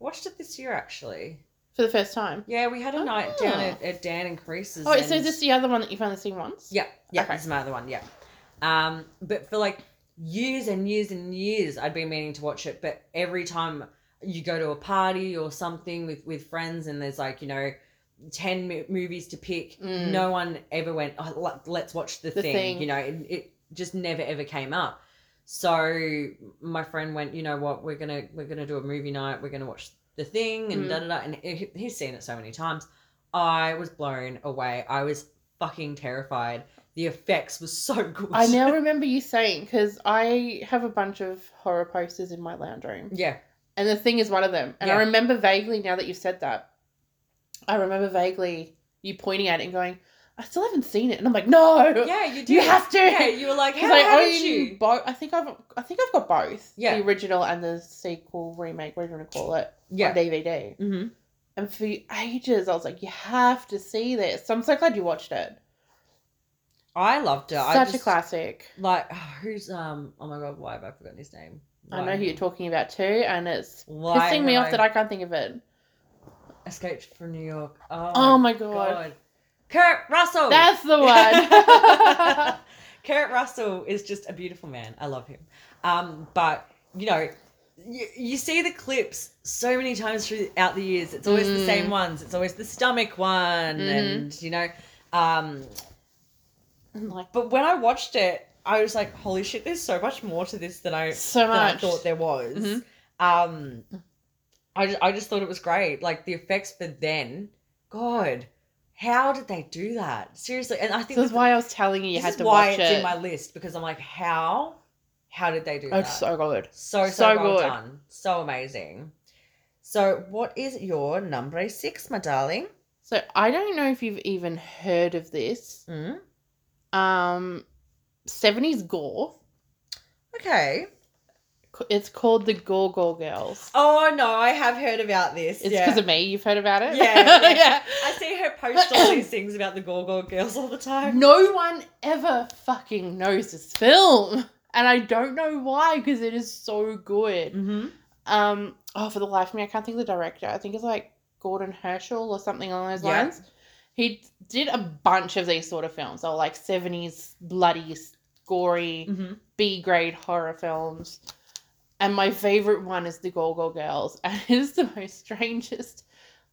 watched it this year actually. For the first time. Yeah, we had a night down Ah. at, at Dan and Creases. Oh, wait, so and- is this the other one that you've only seen once? Yeah, yeah, Okay. this is my other one. Yeah, um, but for like years and years and years, I'd been meaning to watch it, but every time you go to a party or something with with friends, and there's like you know. 10 mo- movies to pick Mm. no one ever went oh, le- let's watch the, The thing. Thing. you know it, it just never ever came up so my friend went you know what we're gonna we're gonna do a movie night we're gonna watch the thing and Mm. da da da and he, he's seen it so many times i was blown away i was fucking terrified the effects were so good I now remember you saying because I have a bunch of horror posters in my lounge room, yeah and the thing is one of them. And I Yeah. remember vaguely now that you've said that. I remember vaguely you pointing at it and going, "I still haven't seen it," and I'm like, "No, yeah you did you have to." "Oh, yeah you were like Because how, how I did own you both. I think I've I think I've got both. Yeah. The original and the sequel remake, whatever you want to call it, on yeah DVD. mm-hmm. And for ages, I was like, "You have to see this." So I'm so glad you watched it. i loved it I Such a just- classic. like who's um oh my god why have i forgotten his name I know Why- who you're talking about too, and it's why pissing me have off that I can't think of it. escaped from new york oh, Oh my my god. god Oh. kurt russell That's the one. Kurt Russell is just a beautiful man. I love him. Um, but you know, you, you see the clips so many times throughout the years. It's always the Mm. same ones. It's always the stomach one, Mhm. and you know. Um, I'm like but when I watched it, I was like, "Holy shit! There's so much more to this than I so than I much. thought there was." Mhm. Um, I just, I just thought it was great. Like the effects for then, God, how did they do that? Seriously, and I think this is that- why I was telling you you this had is to why watch it's it. Oh, in my list because I'm like, how, how did they do that? it's so good. so so, so well good. done, so amazing. So, what is your number six, my darling? So I don't know if you've even heard of this. Mm? Um, seventies gore. Okay. C- It's called the Gore Gore Girls. Oh no, I have heard about this. It's yeah. because of me. You've heard about it. Yeah, yeah. yeah. I see her post all these things about the Gorgor girls all the time. No one ever fucking knows this film, and I don't know why because it is so good. Mm-hmm. um oh for the life of me i can't think of the director i think it's like gordon herschel or something along those Yeah. lines he did a bunch of these sort of films so like 70s bloody gory Mm-hmm. b grade horror films and my favorite one is the Golgo Girls, and it is the most strangest,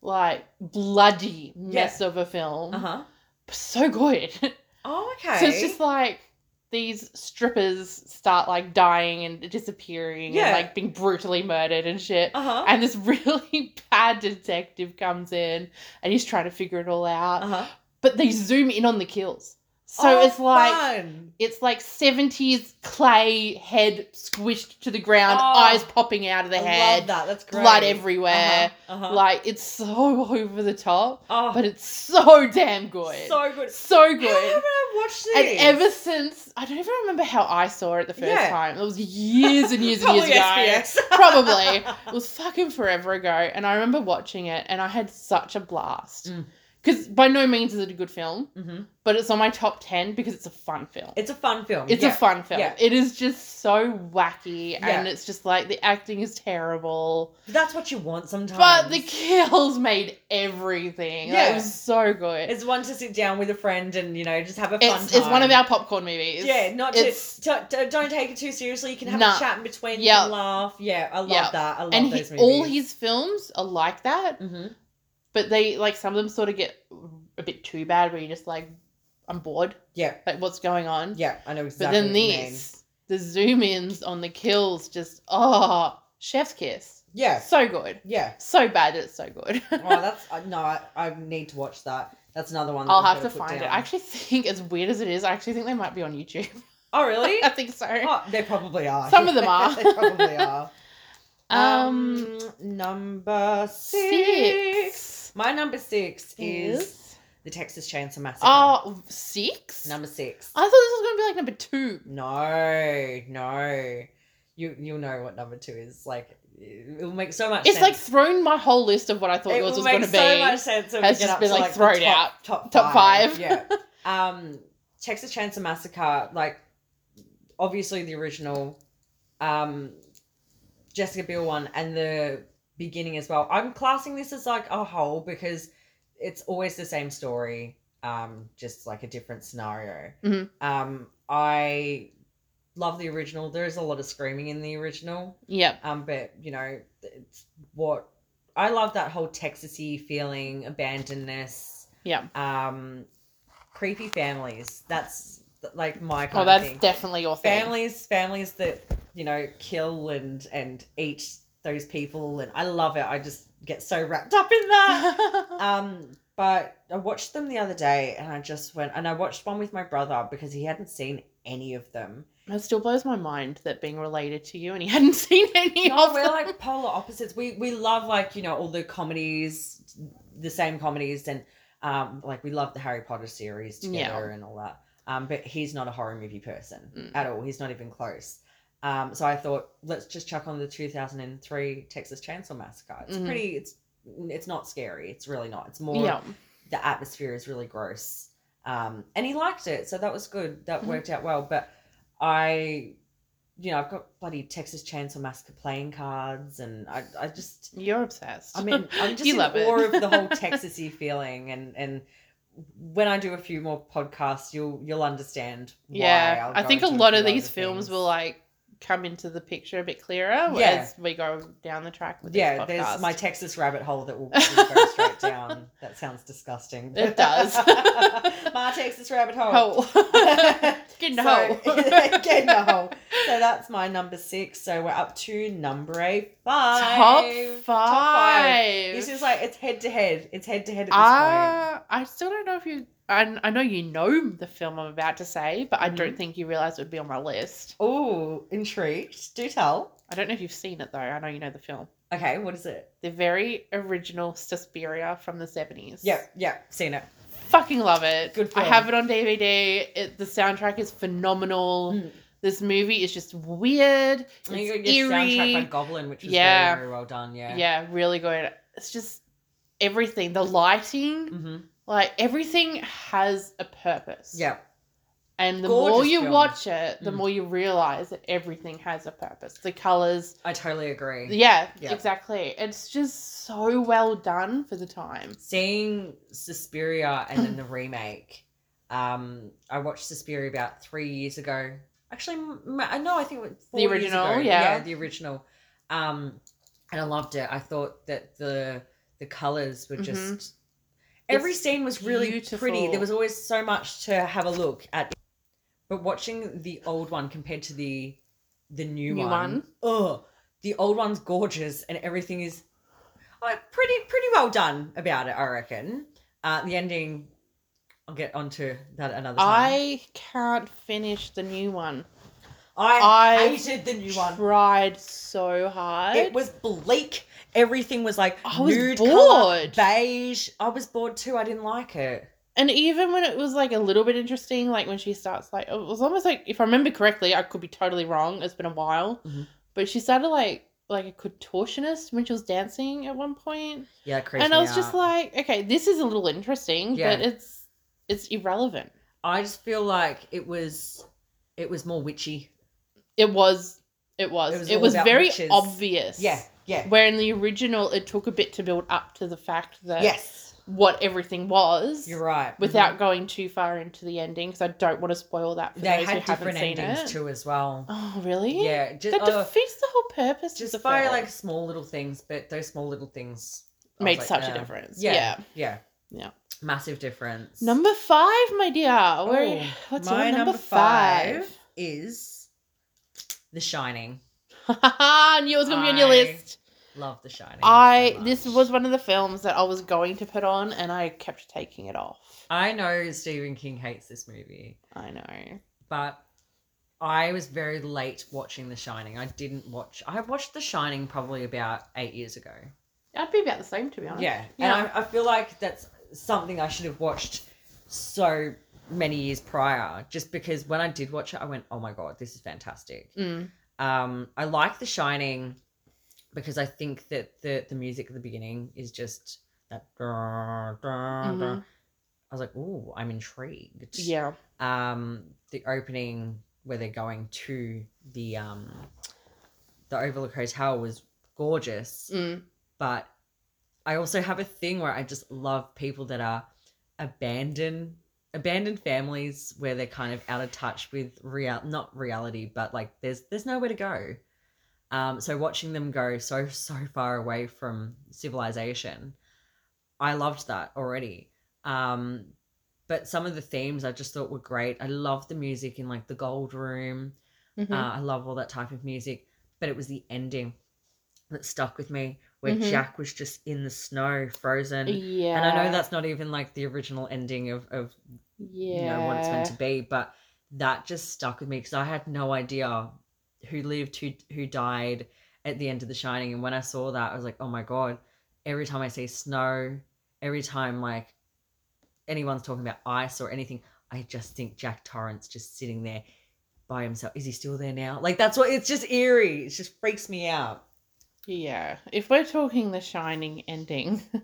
like bloody mess of a film. Uh huh. So good. Oh, okay. So it's just like these strippers start like dying and disappearing Yeah. and like being brutally murdered and shit. uh huh. And this really bad detective comes in and he's trying to figure it all out. Uh huh. But they zoom in on the kills. So Oh, it's like fun. it's like seventies clay head squished to the ground, Oh. eyes popping out of the I love head, that. That's great. blood everywhere. Uh-huh, uh-huh. Like it's so over the top, oh, but it's so damn good, so, so good. How good. have I watched this? And ever since, I don't even remember how I saw it the first Yeah. time. It was years and years and years Probably ago. SBS. Probably. It was fucking forever ago. And I remember watching it and I had such a blast. Mm. Because by no means is it a good film, hmm but it's on my top 10 because it's a fun film. It's a fun film. It's yeah. a fun film. yeah. It is just so wacky and Yeah. it's just like the acting is terrible. That's what you want sometimes. But the kills made everything. Like, it Yeah. was so good. It's, it's one to sit down with a friend and you know just have a fun it's, time. one of our popcorn movies. yeah, not to, it's, to, to- don't take it too seriously. You can have Nah. a chat in between. You Yeah. can laugh. Yeah, I love Yeah. that. I love and he- those movies. all his films are like that. hmm but they like some of them sort of get a bit too bad where you're just like i'm bored Yeah, like what's going on yeah, I know but exactly. then what you mean. these the zoom ins on the kills just oh chef's kiss Yeah, so good yeah. so bad that it's so good Oh, that's uh, no. I, I need to watch that. That's another one. That i'll we've have to gotta put find it down. i actually think as weird as it is i actually think they might be on youtube Oh, really? i think so Oh, they probably are. Some of them are. they probably are. um number six. six My number six is is the Texas Chainsaw Massacre. oh six Number six. i thought this was gonna be like number two No, no. You you'll know what number two is. Like it'll make so much it's sense. like thrown my whole list of what i thought it yours will was make gonna so be much sense. when we Has get just up been, to, like, the thrown top, out. Top Top five. five. yeah. Um, Texas Chainsaw Massacre. Like obviously the original, um, Jessica Biel one and the beginning as well. I'm classing this as like a whole because it's always the same story, um, just like a different scenario. Mhm. Um, I love the original. There is a lot of screaming in the original, yep um, but you know, it's what I love that whole Texasy feeling, abandonedness. Yeah. Um, creepy families. That's like my kind Oh, of that's thing definitely your thing. families families that you know kill and and eat those people and i love it i just get so wrapped up in that um but i watched them the other day and i just went and i watched one with my brother because he hadn't seen any of them It still blows my mind that being related to you and he hadn't seen any No, of we're them. like polar opposites we we love like you know all the comedies the same comedies and um like we love the harry potter series Yeah. together and all that um but he's not a horror movie person Mm. at all. He's not even close. Um, so I thought, let's just chuck on the 2003 Texas Chainsaw Massacre. It's Mhm. pretty. It's it's not scary. It's really not. It's more yeah, the atmosphere is really gross. Um, and he liked it, so that was good. That Mhm. worked out well. But I, you know, I've got bloody Texas Chainsaw Massacre playing cards, and I, I just you're obsessed. I mean, I'm just You in love it. awe of the whole Texasy feeling, and and when I do a few more podcasts, you'll you'll understand. Why yeah, I'll I go think a into lot of few these other films things. will like come into the picture a bit clearer Yeah. as we go down the track with Yeah, this podcast. there's my Texas rabbit hole that will, will go straight down. That sounds disgusting. It does. my Texas rabbit hole. hole. Get in the So- hole. Get in the hole. So that's my number six. So we're up to number five. Top five. This is like it's head to head. It's head to head at this point. Uh, I still don't know if you. I, I know you know the film I'm about to say, but I Mm-hmm. don't think you realize it would be on my list. Oh, intrigued. Do tell. I don't know if you've seen it though. I know you know the film. Okay, what is it? The very original Suspiria from the 70s. Yep, yep, seen it. Fucking love it. Good I film. have it on DVD. It, the soundtrack is phenomenal. Mm. This movie is just weird. It's And you got your soundtrack by eerie. Goblin, which was Yeah. very, very well done. Yeah. Yeah. really good. It's just everything. The lighting, Mm-hmm. like everything has a purpose. Yeah. And the Gorgeous more you film. watch it, the Mm. more you realize that everything has a purpose. The colors. I totally agree. Yeah, Yeah. exactly. It's just so well done for the time. seeing Suspiria and then the remake. Um, I watched Suspiria about three years ago. Actually, m- I know I think it was four The years original, ago. yeah. the original. Um, and I loved it. I thought that the the colors Mm-hmm. were just. Every It's scene was really pretty. beautiful. There was always so much to have a look at. But watching the old one compared to the the new, New one, ugh, the old one's gorgeous and everything is like pretty pretty well done about it, I reckon. Uh, the ending I'll get onto that another time. I can't finish the new one. I, I hated the new one. Tried so hard. It was bleak. Everything was like I was nude bored. color, Beige. I was bored too. I didn't like it. And even when it was like a little bit interesting, like when she starts like it was almost like if I remember correctly, I could be totally wrong. It's been a while, Mhm. but she started like like a contortionist when she was dancing at one point, Yeah, it creeped and me I was out. just like, okay, this is a little interesting, Yeah. but it's it's irrelevant. I just feel like it was, it was more witchy. It was it was It was it all was about very witches. obvious. yeah, Where in the original, it took a bit to build up to the fact that yes. what everything was. You're right. Without going too far into the ending, because I don't want to spoil that for Mm-hmm. They those who had haven't different seen endings it. too, as well. Oh, really? Yeah, just That uh, defeats the whole purpose. of the just by film. like small little things, but those small little things I was makes like, such a nah. difference. Yeah. Yeah, yeah, yeah, Yeah. Massive difference. Number five, my dear. Where, Oh, what's my your number, number five? five is The Shining. I knew it was gonna be on your I- list. Love The Shining. so I this much. was one of the films that I was going to put on, and I kept taking it off. I know Stephen King hates this movie, I know. but I was very late watching The Shining. I didn't watch. I watched The Shining probably about eight years ago. I'd be about the same, to be honest. Yeah, and Yeah. I, I feel like that's something I should have watched so many years prior. Just because when I did watch it, I went, "Oh my god, this is fantastic." Mm. Um, I like The Shining because I think that the the music at the beginning is just that. Mhm. I was like, "Ooh, I'm intrigued." Yeah. Um, the opening where they're going to the um, the Overlook Hotel was gorgeous Mm. but I also have a thing where I just love people that are abandoned abandoned families where they're kind of out of touch with real not reality but like there's there's nowhere to go um so watching them go so so far away from civilization i loved that already um but some of the themes i just thought were great i love the music in like the gold room Mhm. uh, I love all that type of music, but it was the ending that stuck with me, where Mhm. Jack was just in the snow, frozen. yeah. And I know that's not even like the original ending of, of yeah. you know what it's meant to be, but that just stuck with me because I had no idea who lived, who who died at the end of The Shining. And when I saw that, I was like, oh my god! Every time I see snow, every time like anyone's talking about ice or anything, I just think Jack Torrance just sitting there by himself. Is he still there now? Like that's what it's just eerie. It just freaks me out. Yeah. If we're talking the shining ending,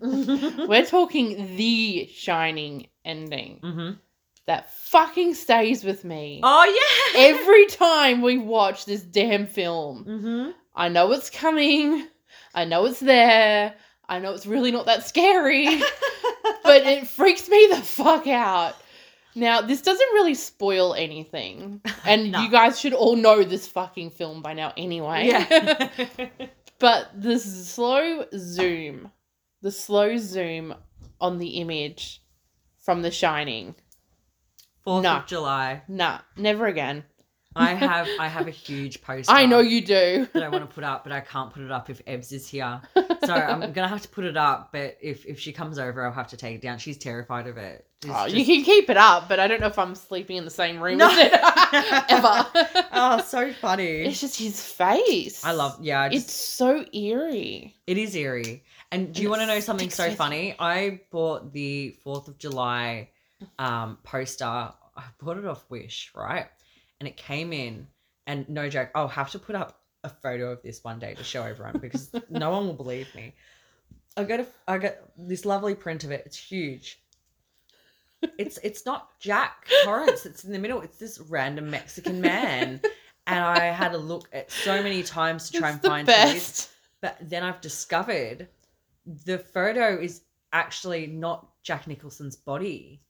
we're talking the shining ending. Mhm. that fucking stays with me Oh yeah. every time we watch this damn film. hmm I know it's coming. I know it's there. I know it's really not that scary, but it freaks me the fuck out. Now, this doesn't really spoil anything. And No. you guys should all know this fucking film by now anyway. Yeah. But the slow zoom, the slow zoom on the image from The Shining. Fourth No. of July. Nah, never again. I have I have a huge poster. I know you do. that I want to put up, but I can't put it up if Ebs is here. So I'm gonna have to put it up, but if if she comes over, I'll have to take it down. She's terrified of it. It's Oh, you just- can keep it up, but I don't know if I'm sleeping in the same room No. as it ever. Oh, so funny. it's just his face. I love. Yeah, I just, It's so eerie. it is eerie. And do And you want to it know something sticks so with you. funny? I bought the Fourth of July um, poster. I bought it off Wish, right? And it came in, and no joke, I'll have to put up a photo of this one day to show everyone because no one will believe me. I got a, I got this lovely print of it. It's huge. It's it's not Jack Torrance. It's in the middle. It's this random Mexican man, and I had a look at so many times to try it's and the find these. best. But then I've discovered the photo is actually not Jack Nicholson's body.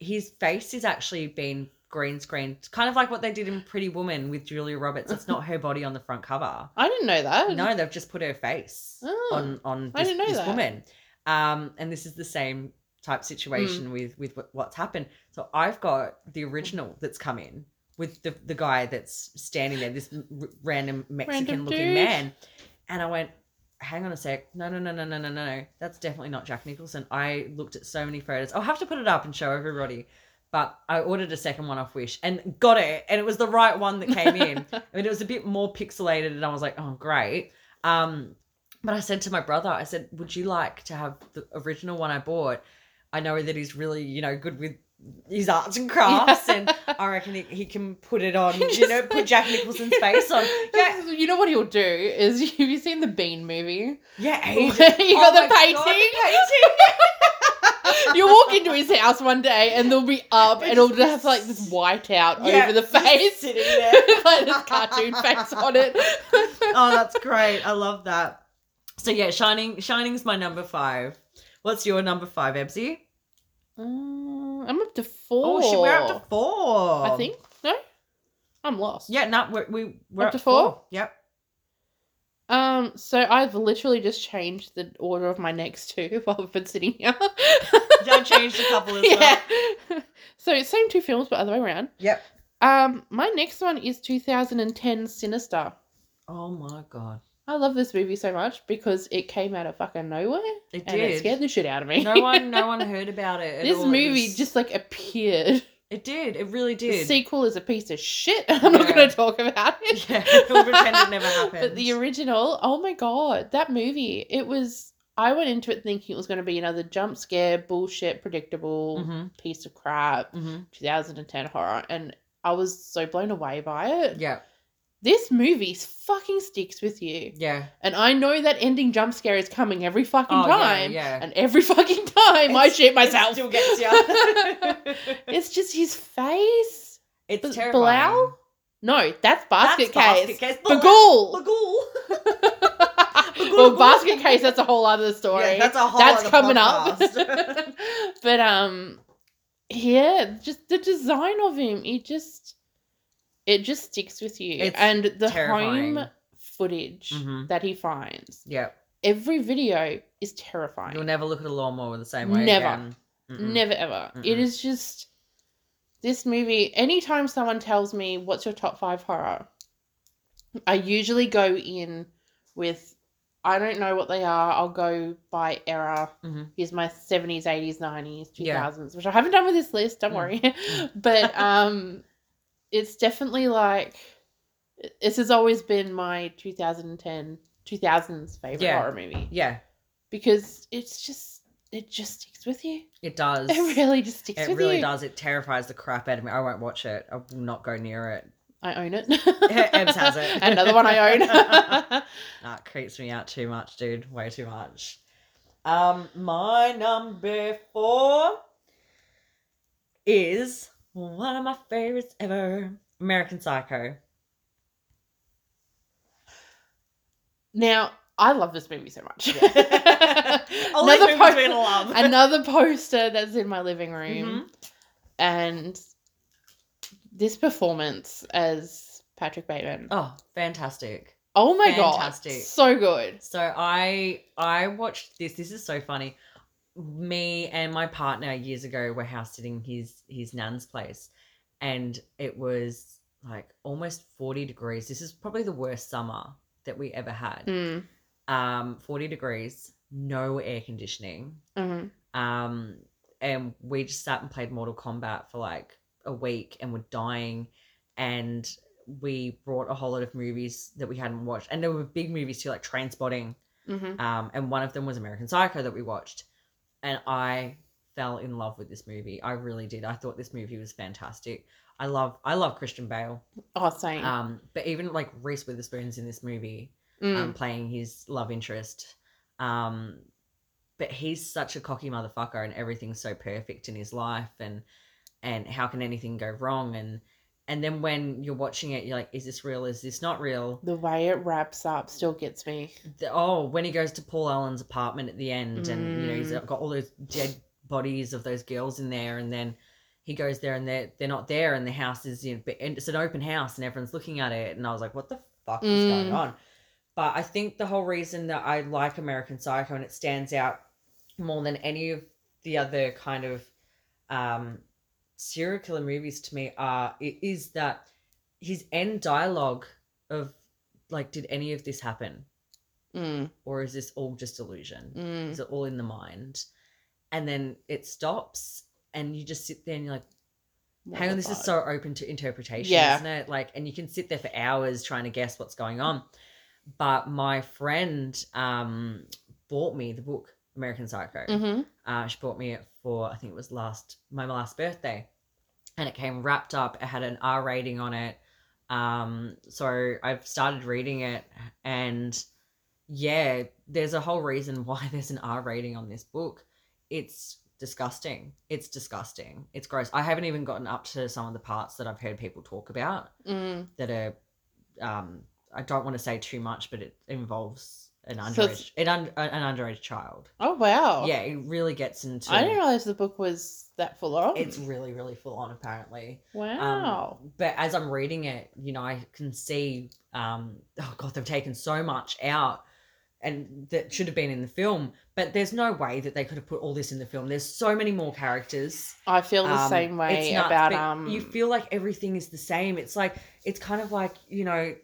His face is actually been green screened, kind of like what they did in Pretty Woman with Julia Roberts. It's not her body on the front cover. I didn't know that. No, they've just put her face Oh, on on I this, didn't know this that. woman. Um, and this is the same type situation Hmm. with with what, what's happened. So I've got the original that's come in with the the guy that's standing there, this r- random Mexican looking dude. man, and I went, hang on a sec. No, no, no, no, no, no, no. That's definitely not Jack Nicholson. I looked at so many photos. I'll have to put it up and show everybody. But I ordered a second one off Wish and got it. And it was the right one that came in. I mean, it was a bit more pixelated. And I was like, oh, great. Um, but I said to my brother, I said, would you like to have the original one I bought? I know that he's really, you know, good with his arts and crafts. And I reckon he, he can put it on, you know, put Jack Nicholson's face on. Yeah, This is- You know what he'll do is have you seen the Bean movie? yeah. he- you got Oh the my God, painting. the painting. you walk into his house one day and they'll be up and it'll It's just have like this white out Yeah, over the face. sitting there. like this cartoon face on it. oh, that's great. I love that. So yeah, Shining Shining's my number five. What's your number five, Ebsy? Mm, I'm up to four. Oh, shit, we're up to four. I think. No? I'm lost. Yeah, no, we're, we we're Up to four? Yep. Um, so I've literally just changed the order of my next two while we've been sitting here. I changed a couple as yeah. well. So same two films but other way around. Yep. Um, my next one is 2010 Sinister. Oh my god, I love this movie so much because it came out of fucking nowhere it and it did. scared the shit out of me. no one, no one heard about it. at this all. It movie was- just like appeared. it did. It really The did. sequel is a piece of shit. I'm not Yeah. going to talk about it. yeah, we'll pretend it never happened. But the original, oh my god, that movie, it was. I went into it thinking it was going to be another jump scare, bullshit, predictable Mhm, piece of crap, mhm. 2010 horror, and I was so blown away by it. Yeah, This movie fucking sticks with you. yeah. And I know that ending jump scare is coming every fucking Oh, time. yeah, yeah. And every fucking time I It's- shit myself. It still gets you. it's just his face. it's Bl- terrifying. Blau? No, that's basket That's Basket case. case. Bagul. Bagul. well, basket case, that's a whole other story. Yeah, that's a whole That's other coming podcast. up. but um yeah, just the design of him, it just it just sticks with you. It's and the terrifying. home footage Mhm. that he finds. yeah, Every video is terrifying. you'll never look at a lawnmower the same way. Never. again. Mm-mm. Never ever. It Mm-mm. is just this movie. Anytime someone tells me what's your top five horror, I usually go in with I don't know what they are. I'll go by era. Mhm. Here's my seventies, eighties, nineties, two Yeah. thousands, which I haven't done with this list. Don't Mm. worry, but um, it's definitely like this has always been my 2010 2000s favorite Yeah. horror movie Yeah, because it's just it just sticks with you it does. it really just sticks It with really you. does. It terrifies the crap out of me. I won't watch it. I will not go near it. I own it. Ebs has it. Another one I own. Nah, it creeps me out too much, dude. Way too much. Um, my number four is one of my favorites ever. American Psycho. now, I love this movie so much. Yeah. All these another, movies po- we're gonna love. Mm-hmm. another poster that's in my living room. And this performance as Patrick Bateman. Oh, Oh, fantastic. my fantastic. god. So good. So I I watched this. This is so funny. Me and my partner years ago were house sitting his his nan's place, and it was like almost forty degrees. This is probably the worst summer that we ever had. Mm, Um, forty degrees, no air conditioning. mhm. Um, and we just sat and played Mortal Kombat for like a week and were dying. And we brought a whole lot of movies that we hadn't watched. And there were big movies too, like Trainspotting. Mhm. Um, and one of them was American Psycho that we watched. And I fell in love with this movie. I really did. I thought this movie was fantastic. I love I love Christian Bale. Oh, same. Um, but even like Reese Witherspoon's in this movie Mm. um, playing his love interest. Um, but he's such a cocky motherfucker, and everything's so perfect in his life, and and how can anything go wrong? And and then when you're watching it, you're like, is this real? Is this not real? the way it wraps up still gets me. The- oh, when he goes to Paul Allen's apartment at the end, and you know he's Mm. got all those dead bodies of those girls in there, and then he goes there, and they're they're not there, and the house is you know, but- and it's an open house, and everyone's looking at it, and I was like, what the fuck is going Mm. on? But I think the whole reason that I like American Psycho and it stands out more than any of the other kind of um, serial killer movies to me are i- is that his end dialogue of like, did any of this happen? Mm, or is this all just illusion? mm. Is it all in the mind? And then it stops, and you just sit there and you're like, What hang the on, this is fuck? so open to interpretation, Yeah. isn't it? Like, and you can sit there for hours trying to guess what's going on. But my friend um, bought me the book American Psycho. Mhm. Uh, she bought me it for I think it was last my last birthday, and it came wrapped up. It had an R rating on it. Um, so I've started reading it, and yeah, there's a whole reason why there's an R rating on this book. It's disgusting. It's disgusting. It's gross. I haven't even gotten up to some of the parts that I've heard people talk about Mm. that are. Um, I don't want to say too much, but it involves an So it's- underage, an, un, an underage child. Oh wow. Yeah, it really gets into. I didn't realize the book was that full on. It's really, really full on, apparently. Um, wow. but as I'm reading it, you know, I can see, um, oh God, they've taken so much out and that should have been in the film. But there's no way that they could have put all this in the film. There's so many more characters. I feel the Um, same way it's nuts, about but um. You feel like everything is the same. It's like, it's kind of like, you know,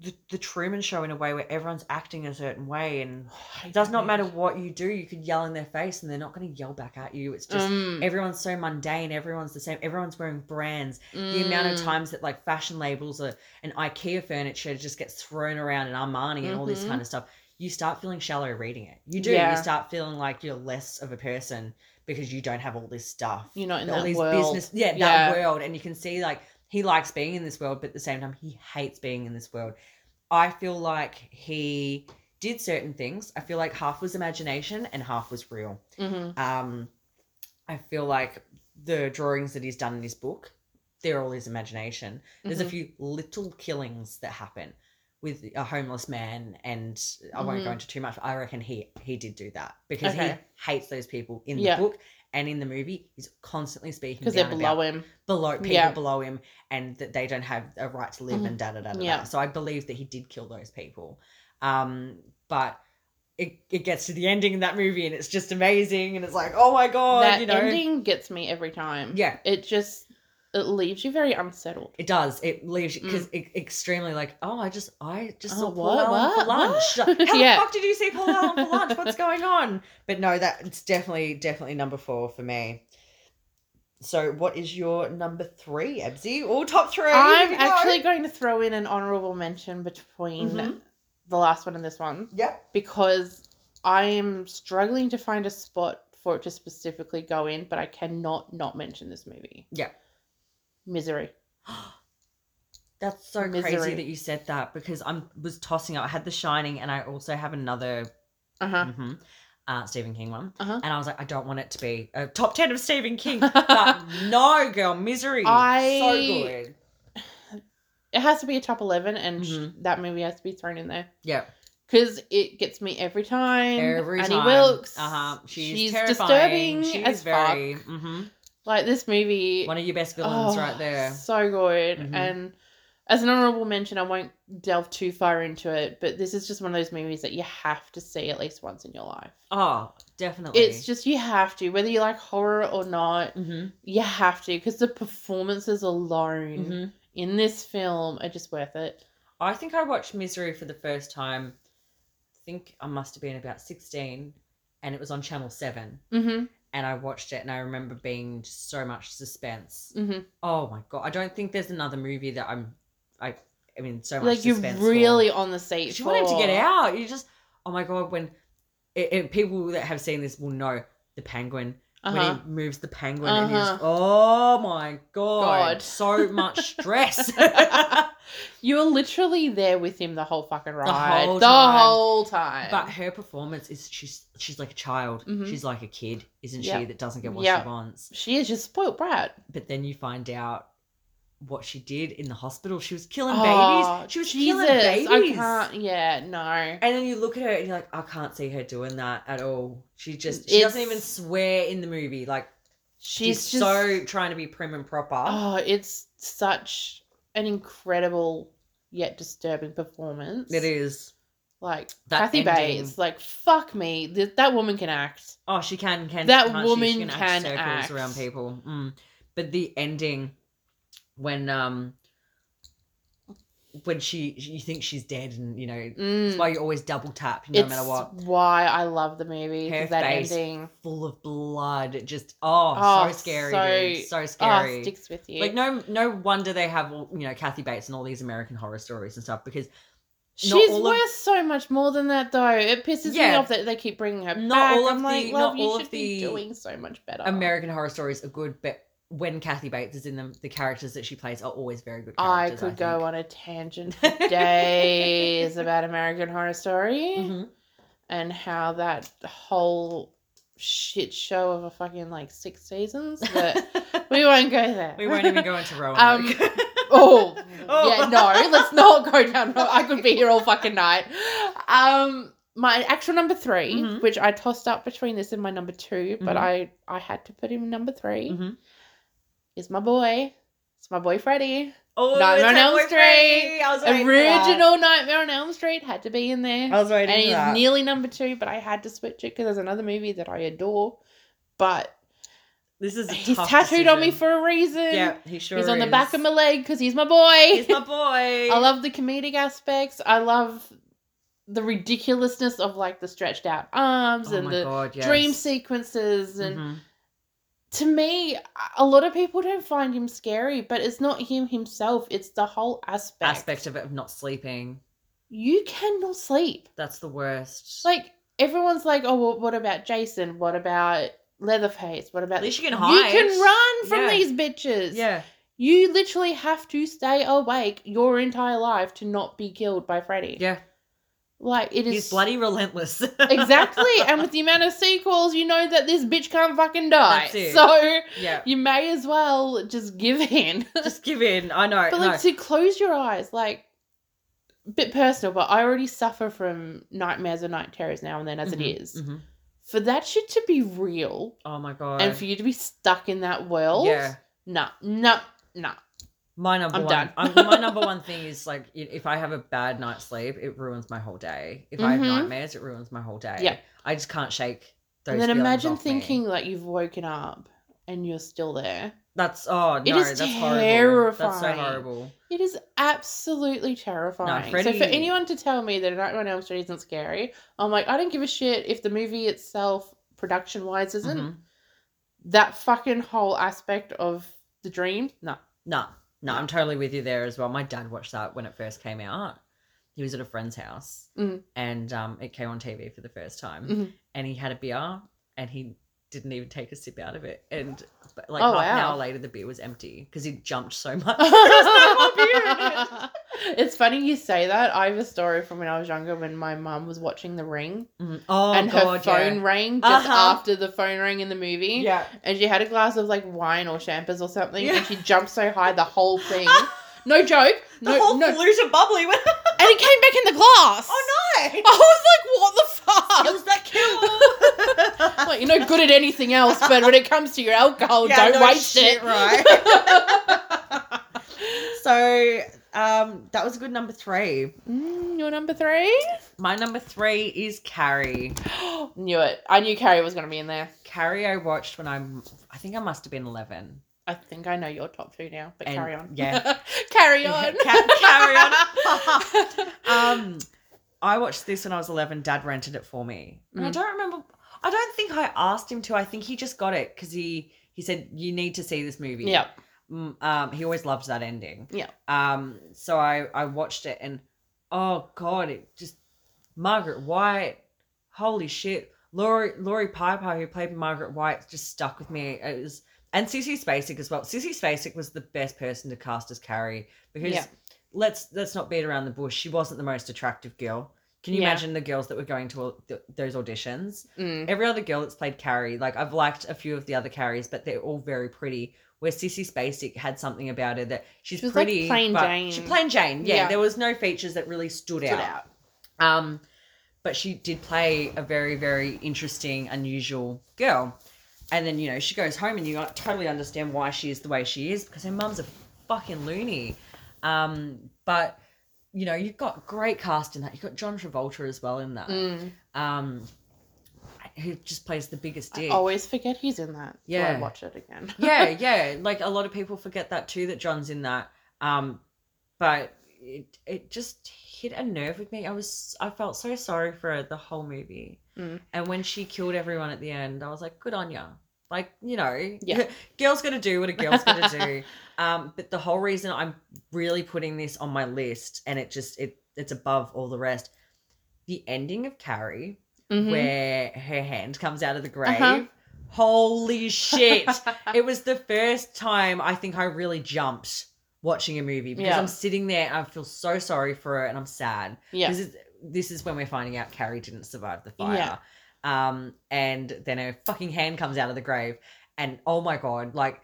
the, the Truman Show in a way where everyone's acting a certain way and I it does not don't- matter what you do, you could yell in their face and they're not going to yell back at you. It's just Mm, everyone's so mundane everyone's the same everyone's wearing brands the amount of mm. times that like fashion labels are, and ikea furniture just gets thrown around and armani and all this Mhm. kind of stuff you start feeling shallow reading it you do Yeah. you start feeling like you're less of a person because you don't have all this stuff You're not in all that these world. business yeah that Yeah. world and you can see like he likes being in this world but at the same time he hates being in this world i feel like he did certain things i feel like half was imagination and half was real Mhm. um, I feel like the drawings that he's done in his book, they're all his imagination. There's a Mhm. few little killings that happen with a homeless man, and I won't go Mhm. into too much. I reckon he he did do that because Okay. he hates those people in Yeah. the book and in the movie. He's constantly speaking because they're down about below him. below people Yeah. Mm-hmm. below him and that they don't have a right to live and da da da da. Yeah. da. So I believe that he did kill those people. Um, but it, it gets to the ending in that movie and it's just amazing and it's like, oh my god, that you know. ending gets me every time. Yeah. It just it leaves you very unsettled. It does. It leaves because extremely like, oh, I just, I just Mm. Oh, saw Paul what, Allen what, for lunch. what? How Yeah. the fuck did you see Paul Allen for lunch? What's going on? But no, that it's definitely, definitely number four for me. So, what is your number three, Ebsy? All top three. I'm here we go. actually going to throw in an honorable mention between Mhm. the last one and this one Yep. because I am struggling to find a spot for it to specifically go in, but I cannot not mention this movie. Yeah. Misery. That's so Misery. crazy that you said that because I am was tossing up. I had The Shining, and I also have another Uh mhm, uh, Stephen King one, Uh-huh. and I was like, I don't want it to be a top ten of Stephen King. huh. but no, girl, Misery, so I- good. it has to be a top eleven, and sh Mhm. that movie has to be thrown in there. Yeah, Because it gets me every time. every Annie time. Wilkes. Uh huh. She's, she's terrifying. disturbing She's as very fuck. hmm Like this movie. one of your best villains oh, right there. So good. Mhm. And as an honorable mention, I won't delve too far into it, but this is just one of those movies that you have to see at least once in your life. Oh, definitely. It's just mm-hmm. you have to, whether you like horror or not, hmm you have to because the performances alone hmm in this film are just worth it. I think I watched Misery for the first time. I think I must have been about sixteen, and it was on Channel Seven. Mhm. and I watched it and I remember being just so much suspense. Mhm. Oh my god! I don't think there's another movie that I'm I I mean so much Like you're suspense for. really on the seat. She wanted to get for- out. You just oh my god when it, it- people that have seen this will know the penguin when Uh-huh. he moves the penguin and Uh-huh. he's oh my god, God. so much stress. You were literally there with him the whole fucking ride. The whole whole time. time. But her performance is she's she's like a child. Mhm. She's like a kid, isn't Yeah. she? That doesn't get what Yeah. she wants. she is just spoiled brat. but then you find out what she did in the hospital. She was killing Oh, babies. She was Jesus, killing babies. I can't. Yeah, no. And then you look at her and you're like, I can't see her doing that at all. She just she doesn't It's- even swear in the movie. Like she's, She's just, so trying to be prim and proper. Oh, it's such an incredible yet disturbing performance. It is. like That Kathy ending. Bates. Like fuck me, th- that woman can act. Oh, she can can That can't woman she, she act can circles act. around people. Mm. But the ending when um when she you think she's dead and you know Mm. that's why you always double tap no it's matter what. why I love the movie. Her is that face, ending. Full of blood, just oh, Oh, so scary, so- dude. so Oh, scary. sticks with you. like no no wonder they have all you know Kathy Bates and all these American horror stories and stuff because not She's all of- worth so much more than that, though. It pisses me Yeah. off that they keep bringing her Not back. all I'm of like, the- love, not you all of should be the doing so much better. American horror stories are good, but when Kathy Bates is in them, the characters that she plays are always very good. I Characters, could go on a tangent for think. days about American Horror Story Mhm. and how that whole shit show of a fucking like six seasons. But we won't go there. we won't even go into Roanoke. Um, Oh, Oh. yeah, no, let's not go down. No, I could be here all fucking night. Um, my actual number 3 Mhm. which I tossed up between this and my number two, but Mhm. I I had to put him in number 3 Mhm. Is my boy. It's my boy Freddy. Oh, Nightmare it's on Elm Hellboy Street. Free. I was waiting for that. Original Nightmare on Elm Street had to be in there, I was and waiting for he's that. nearly number two, but I had to switch it because there's another movie that I adore, but this is a he's tough tattooed on me decision. for a reason. yeah. He sure he's on the is. back of my leg because he's my boy. He's my boy. I love the comedic aspects. I love the ridiculousness of like the stretched out arms oh and my the God, yes. dream sequences. And Mhm. to me, a lot of people don't find him scary, but it's not him himself. It's the whole aspect. aspect of it of not sleeping. You cannot sleep. That's the worst. Like everyone's like, oh, well, what about Jason? What about Leatherface? What about at least you can you hide. can run from Yeah. these bitches. Yeah. You literally have to stay awake your entire life to not be killed by Freddy. Yeah. Like it is He's bloody relentless. exactly. and with the amount of sequels, you know that this bitch can't fucking die. That's it. So yeah. you may as well just give in. Just give in. I know. but no. like to close your eyes, like bit personal, but I already suffer from nightmares and night terrors now and then as it Mhm, is. mhm. For that shit to be real Oh my god. and for you to be stuck in that world, yeah. nah, nah, nah. My number I'm one. done. I'm- my number one thing is like i- if I have a bad night's sleep, it ruins my whole day. If I have Mhm. nightmares, it ruins my whole day. Yeah. I just can't shake. Those And then feelings imagine off me. thinking like you've woken up and you're still there. that's oh It no, is that's horrible. That's so terrifying. horrible. It is absolutely terrifying. So Freddy- for anyone to tell me that a Nightmare on Elm Street isn't scary, I'm like, I don't give a shit if the movie itself, production wise, isn't. Mhm. That fucking whole aspect of the dream, no. No, no, I'm totally with you there as well. My dad watched that when it first came out. He was at a friend's house Mhm. and um, it came on TV for the first time. Mhm. And he had a beer and he didn't even take a sip out of it. And but, like Oh, half an wow. hour later, the beer was empty because he jumped so much. There was no more beer in it. it's funny you say that. I have a story from when I was younger when my mum was watching The Ring Mhm. Oh, and her God, phone rang just Uh-huh. after the phone rang in the movie. yeah. and she had a glass of like wine or champers or something, Yeah. and she jumped so high the whole thing. No joke. The No, whole no. flute of bubbly went, And it came back in the glass. oh no! I was like, what the Kills fuck? that kill! Like, you're no good at anything else, but when it comes to your alcohol, Yeah, Oh, don't no waste shit, it. right? so um, that was good number three. Mm, your number three? My number three is Carrie. knew it. I knew Carrie was going to be in there. Carrie, I watched when I'm, I think I must have been 11. I think I know your top two now, but And- carry on. yeah. carry on. Ca- carry on. Um, I watched this when I was 11. Dad rented it for me. And I Mm. don't remember, I don't think I asked him to. I think he just got it because he, he said, You need to see this movie. yeah. Mm, um, he always loves that ending. Yeah. Um, so I I watched it and oh god, it just Margaret White, holy shit, Laurie Laurie Piper who played Margaret White just stuck with me. It was and Sissy Spacek as well. Sissy Spacek was the best person to cast as Carrie because Yeah. let's let's not beat around the bush. She wasn't the most attractive girl. Can you Yeah. imagine the girls that were going to all th- those auditions? Mm. every other girl that's played Carrie, like I've liked a few of the other Carries, but they're all very pretty. Where Sissy Spacek had something about her that she's She was like pretty, plain but Jane. she plain Jane. Yeah, Yeah. there was no features that really stood, Stood out. out. Um, but she did play a very, very interesting, unusual girl. And then you know she goes home, and you totally understand why she is the way she is because her mum's a fucking loony. Um, but you know you've got great cast in that. You've got John Travolta as well in that Mm. um who just plays the biggest I dick. always forget he's in that. till I Yeah. watch it again. yeah, yeah. Like a lot of people forget that too that John's in that. Um but it, it just hit a nerve with me. I was I felt so sorry for her the whole movie. Mm. And when she killed everyone at the end, I was like, good on ya. Like, you know, Yeah. girl's gonna do what a girl's gonna do. Um, but the whole reason I'm really putting this on my list and it just it it's above all the rest. The ending of Carrie, Mhm. where her hand comes out of the grave. Uh-huh. Holy shit. it was the first time I think I really jumped watching a movie because Yeah. I'm sitting there and I feel so sorry for her and I'm sad. yeah. This is this is when we're finding out Carrie didn't survive the fire. Yeah. Um and then her fucking hand comes out of the grave and oh my god, like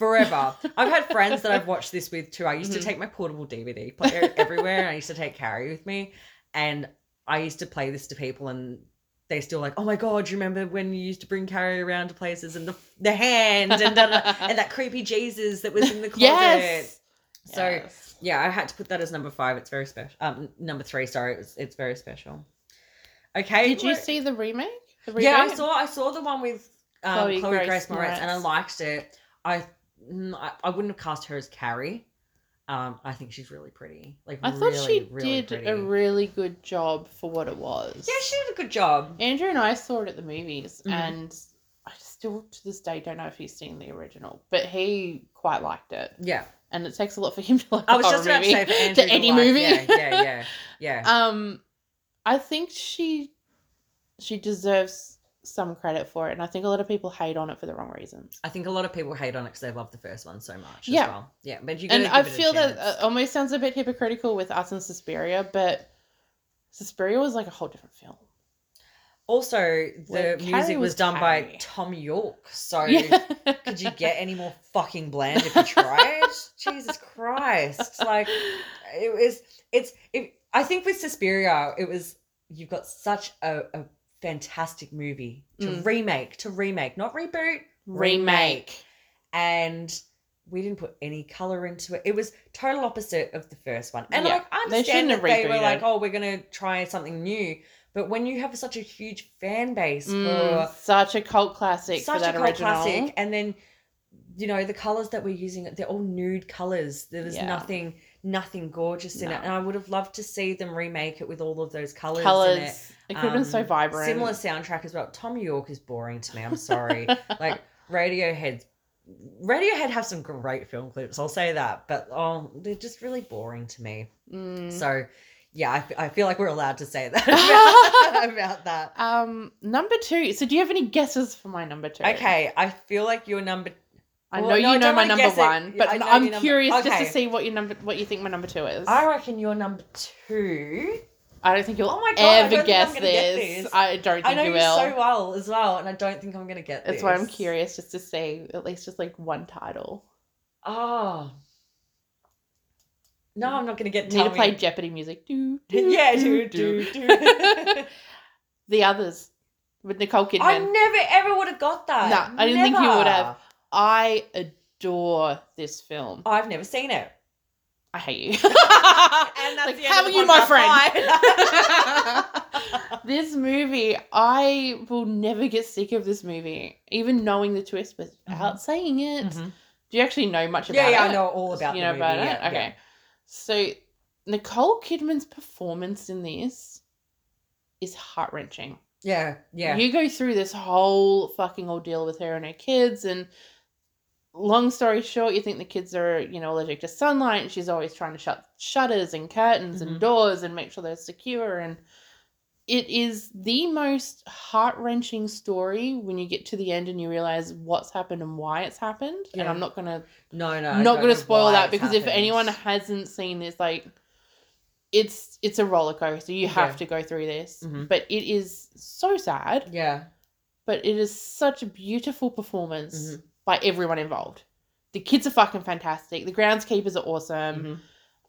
forever. I've had friends that I've watched this with too. I used Mhm. to take my portable DVD player e-, everywhere and I used to take Carrie with me and I used to play this to people and they still like, oh my god, you remember when you used to bring Carrie around to places and the, the hand and, da-da-da," and that creepy Jesus that was in the closet. Yes. So Yes. yeah, I had to put that as number five. It's very special. Um, number three. Sorry, it's it's very special. Okay. Did you we're- see the remake? The Yeah, I reboot? saw I saw the one with um, Chloe Chloe, Grace Grace, Moretz, and I Moretz. liked it. I, mm, I I wouldn't have cast her as Carrie. Um, I think she's really pretty. Like I thought really, she really did pretty. a really good job for what it was. yeah, she did a good job. Andrew and I saw it at the movies, Mhm. and I still to this day don't know if he's seen the original, but he quite liked it. Yeah, And it takes a lot for him to like. I was a horror just about movie, to say for Andrew to any like, movie. Yeah, yeah, yeah, yeah. um, I think she she deserves some credit for it, and I think a lot of people hate on it for the wrong reasons. I think a lot of people hate on it because they love the first one so much. Yeah. as well. yeah, but you. And gotta I give it a feel that chance. uh, almost sounds a bit hypocritical with us and Suspiria, but Suspiria was like a whole different film. Also, the Well, Carrie music was, was done Carrie. by Tom York. So, Yeah. could you get any more fucking bland if you tried? Jesus Christ! Like, it was. It's. It, I think with Suspiria, it was. You've got such a, a fantastic movie to Mm. remake, to remake, not reboot, remake. and we didn't put any color into it. It was total opposite of the first one. And Yeah. like I They understand shouldn't that have they were rebooted. like, oh, we're gonna try something new. But when you have such a huge fan base Mm, for such a cult classic such for that a cult original. classic, and then you know the colors that we're using, they're all nude colors. There was Yeah. nothing, nothing gorgeous in No. it. And I would have loved to see them remake it with all of those colors. Colors. in it. It, could have been so Um, vibrant. Similar soundtrack as well. Tom York is boring to me. I'm sorry. like Radiohead, Radiohead have some great film clips. I'll say that, but oh, they're just really boring to me. Mm. So, yeah, I, f- I feel like we're allowed to say that about, about that. Um, number two. So, do you have any guesses for my number two? Okay, I feel like your number. I know Well, no, I you know don't my wanna number guess it. one, but I know I'm your number- curious just Okay. to see what your number, what you think my number two is. I reckon your number two. I don't think you'll Oh my God, I don't ever think I'm guess, gonna this. get this. I don't think I know you you will. so well as well, and I don't think I'm gonna get this. That's why I'm curious just to see at least just like one title. Oh. No, I'm not gonna get. Need tell to me. play Jeopardy music. Do, do, Yeah, do, do do do. the others with Nicole Kidman. I never ever would have got that. No, I didn't think you Never. would have. I adore this film. I've never seen it. I hate you. and that's like, the end how of are the you my podcast. friend? this movie, I will never get sick of this movie, even knowing the twist without saying it. Do you actually know much about Mm-hmm. Yeah, Mm-hmm. it? yeah, I know all about you the know movie, about it. yeah, okay, so Nicole Kidman's performance in this is heart wrenching. Yeah, yeah. yeah. You go through this whole fucking ordeal with her and her kids, and long story short, you think the kids are, you know, allergic to sunlight, and she's always trying to shut shutters and curtains and Mhm. doors and make sure they're secure. And it is the most heart wrenching story when you get to the end and you realize what's happened and why it's happened. And Yeah. I'm not gonna No, no. I not don't gonna know spoil why that it because if happened. anyone hasn't seen this, like it's it's a roller coaster. You have Yeah. to go through this. Mhm. But it is so sad Yeah. but it is such a beautiful performance Mhm. by everyone involved. The kids are fucking fantastic. The groundskeepers are awesome. Mhm.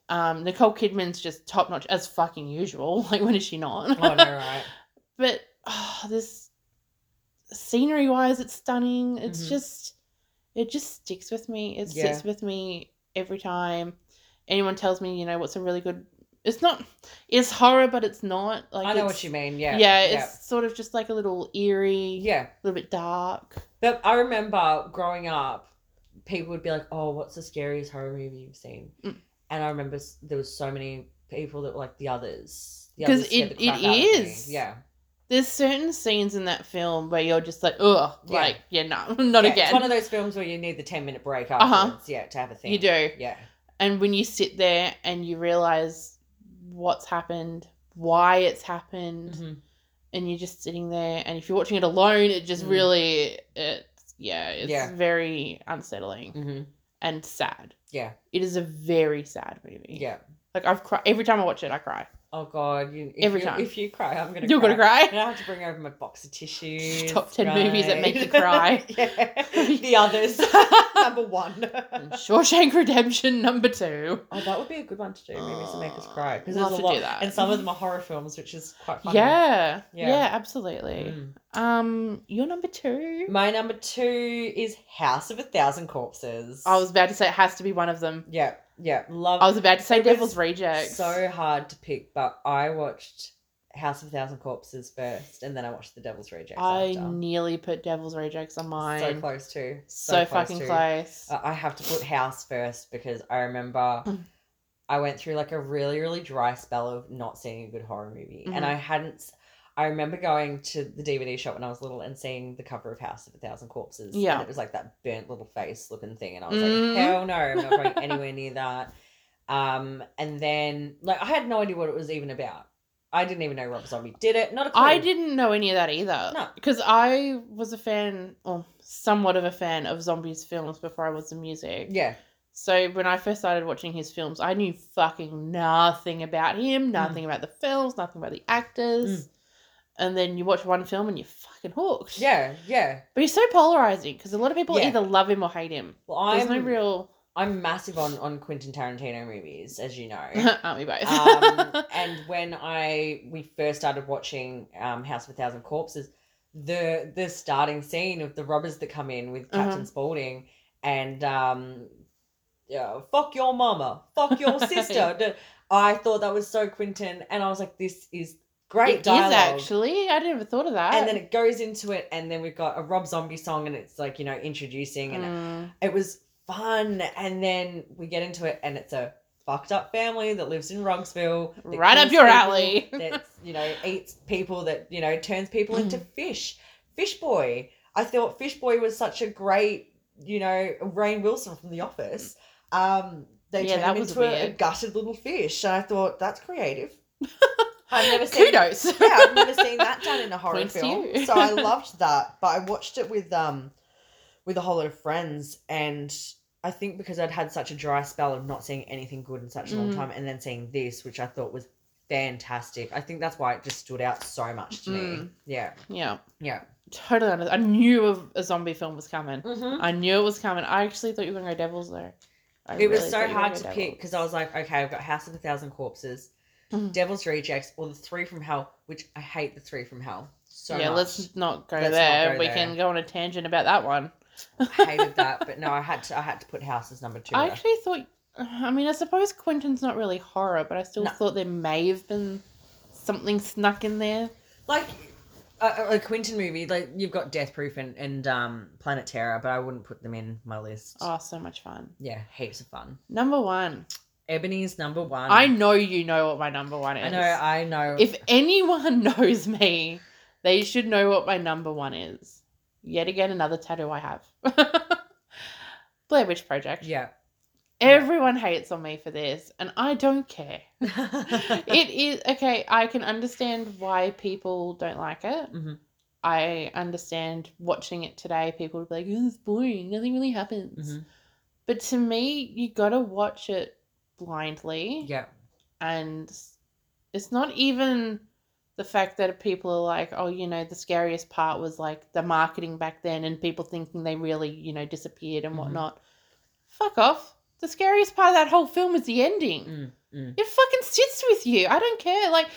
Um, Nicole Kidman's just top notch as fucking usual. Like when is she not? Oh, no, right. but oh, this scenery wise, it's stunning. It's Mhm. just, it just sticks with me. It Yeah. sticks with me every time anyone tells me, you know, what's a really good. It's not. It's horror, but it's not. Like I know it's- what you mean. Yeah. Yeah, it's sort of just like a little eerie. yeah. A little bit dark. But I remember growing up, people would be like, "Oh, what's the scariest horror movie you've seen?" Mm. And I remember s- there was so many people that were like the others. The 'Cause others scared it- the crap it out of me. is. Yeah. There's certain scenes in that film where you're just like, ugh, Yeah. like, yeah, no, not Yeah, It's again. one of those films where you need the 10 minute break Uh-huh. afterwards. Yeah, to have a thing. You do. Yeah. And when you sit there and you realize what's happened, why it's happened, Mm-hmm. and you're just sitting there, and if you're watching it alone, it just Mm. really, it's, yeah, it's Yeah. very unsettling hmm and sad. Yeah. It is a very sad movie. Yeah. Like, I've cried, every time I watch it, I cry. Oh, God. You, if Every you, time. If you cry, I'm going to You're cry. gonna cry? And I have to bring over my box of tissues. Top 10 movies that make you right. cry. yeah. The others. Number one. And Shawshank Redemption number two. Oh, that would be a good one to do. Movies that make us cry. Because Uh, there's a We'll have to lot. do that. And some of them are horror films, which is quite funny. Yeah, Yeah. yeah, absolutely. Mm. Um, you're number two. My number two is House of a Thousand Corpses. I was about to say it has to be one of them. Yeah, yeah. Love I was about to say It was Devil's Rejects. so hard to pick, but I watched House of a Thousand Corpses first, and then I watched The Devil's Rejects. I after. nearly put Devil's Rejects on mine. so close to So, fucking to. close. Uh, I have to put House first because I remember Mm. I went through like a really really dry spell of not seeing a good horror movie, and Mhm. I hadn't. s- I remember going to the DVD shop when I was little and seeing the cover of House of a Thousand Corpses. Yeah. and it was like that burnt little face looking thing, and I was Mm. like, hell no, I'm not going anywhere near that. Um, and then like I had no idea what it was even about. I didn't even know Rob Zombie did it. Not a clue. I didn't know any of that either. No. Because I was a fan, or somewhat of a fan, of zombies films before I was the music. Yeah, So when I first started watching his films, I knew fucking nothing about Mm. him, nothing about the films, nothing about the actors. And then you watch one film and you're fucking hooked. yeah, yeah. But he's so polarizing because a lot of people Yeah. either love him or hate him. Well, There's I'm no real. I'm massive on on Quentin Tarantino movies, as you know. Aren't we both? um, and when I we first started watching um, House of a Thousand Corpses, the the starting scene of the robbers that come in with Captain Uh-huh. Spaulding and um, yeah, fuck your mama, fuck your sister. d- I thought that was so Quentin, and I was like, this is great It is dialogue. actually. I never thought of that. And then it goes into it, and then we've got a Rob Zombie song, and it's like you know introducing, and Mm. it was fun. And then we get into it, and it's a fucked up family that lives in Rogsville. that Right up kills your people, alley. that you know eats people. That you know turns people into Mm. fish. Fish boy. I thought Fish boy was such a great you know Rain Wilson from The Office. Um, they Yeah, turned that him was into a, a weird. gutted little fish, and I thought that's creative. I've never seen Kudos. yeah, I've never seen that done in a horror Points to film. you. So I loved that, but I watched it with um with a whole lot of friends, and I think because I'd had such a dry spell of not seeing anything good in such a long Mm. time, and then seeing this, which I thought was fantastic. I think that's why it just stood out so much to me. Mm. Yeah, yeah. yeah. Totally. Under- I knew a, a zombie film was coming. Mm-hmm. I knew it was coming. I actually thought you were going to go Devils, though. I It was really so thought you were hard gonna to go pick Devils. because I was like, okay, I've got House of a Thousand Corpses, Mhm. Devil's Rejects, or the Three from Hell, which I hate the Three from Hell so yeah, much. let's not go Let's not there. go we there. can go on a tangent about that one. I hated that, but no, I had to. I had to put House as number two. I actually thought. I mean, I suppose Quentin's not really horror, but I still No. thought there may have been something snuck in there. like a, a- a Quentin movie, like you've got Death Proof and, and um, Planet Terror, but I wouldn't put them in my list. Oh, so much fun. Yeah, heaps of fun. Number one. Ebony's number one. I know you know what my number one is. I know, I know. If anyone knows me, they should know what my number one is. Yet again, another tattoo I have. Blair Witch Project. yeah. Everyone hates on me for this, and I don't care. mm-hmm. it is okay. I can understand why people don't like it. I understand watching it today. People would be like, "Oh, it's boring. Nothing really happens." Mm-hmm. But to me, you gotta watch it blindly, Yeah. and it's not even the fact that people are like, "Oh, you know, the scariest part was like the marketing back then, and people thinking they really, you know, disappeared and Mhm. whatnot." Fuck off. The scariest part of that whole film is the ending Mm, mm. it fucking sits with you. I don't care. Like,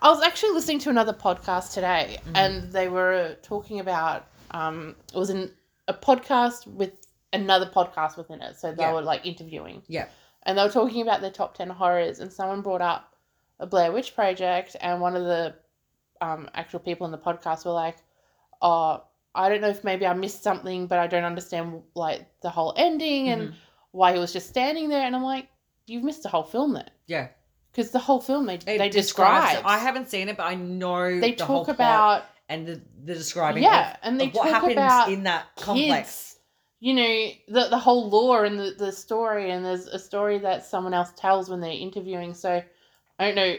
I was actually listening to another podcast today, Mhm. and they were talking about um, it was an, a podcast with another podcast within it. So they Yeah. were like interviewing. Yeah. And they were talking about their top 10 horrors, and someone brought up a Blair Witch Project, and one of the um, actual people in the podcast were like, oh, I don't know if maybe I missed something, but I don't understand like the whole ending and Mhm. why he was just standing there. And I'm like, you've missed the whole film there Yeah. because the whole film they It they describes describe. it. I haven't seen it, but I know They the whole plot talk about and the, the describing yeah, of, and they of what talk happens about in that complex. kids. You know the the whole lore and the, the story, and there's a story that someone else tells when they're interviewing. So I don't know.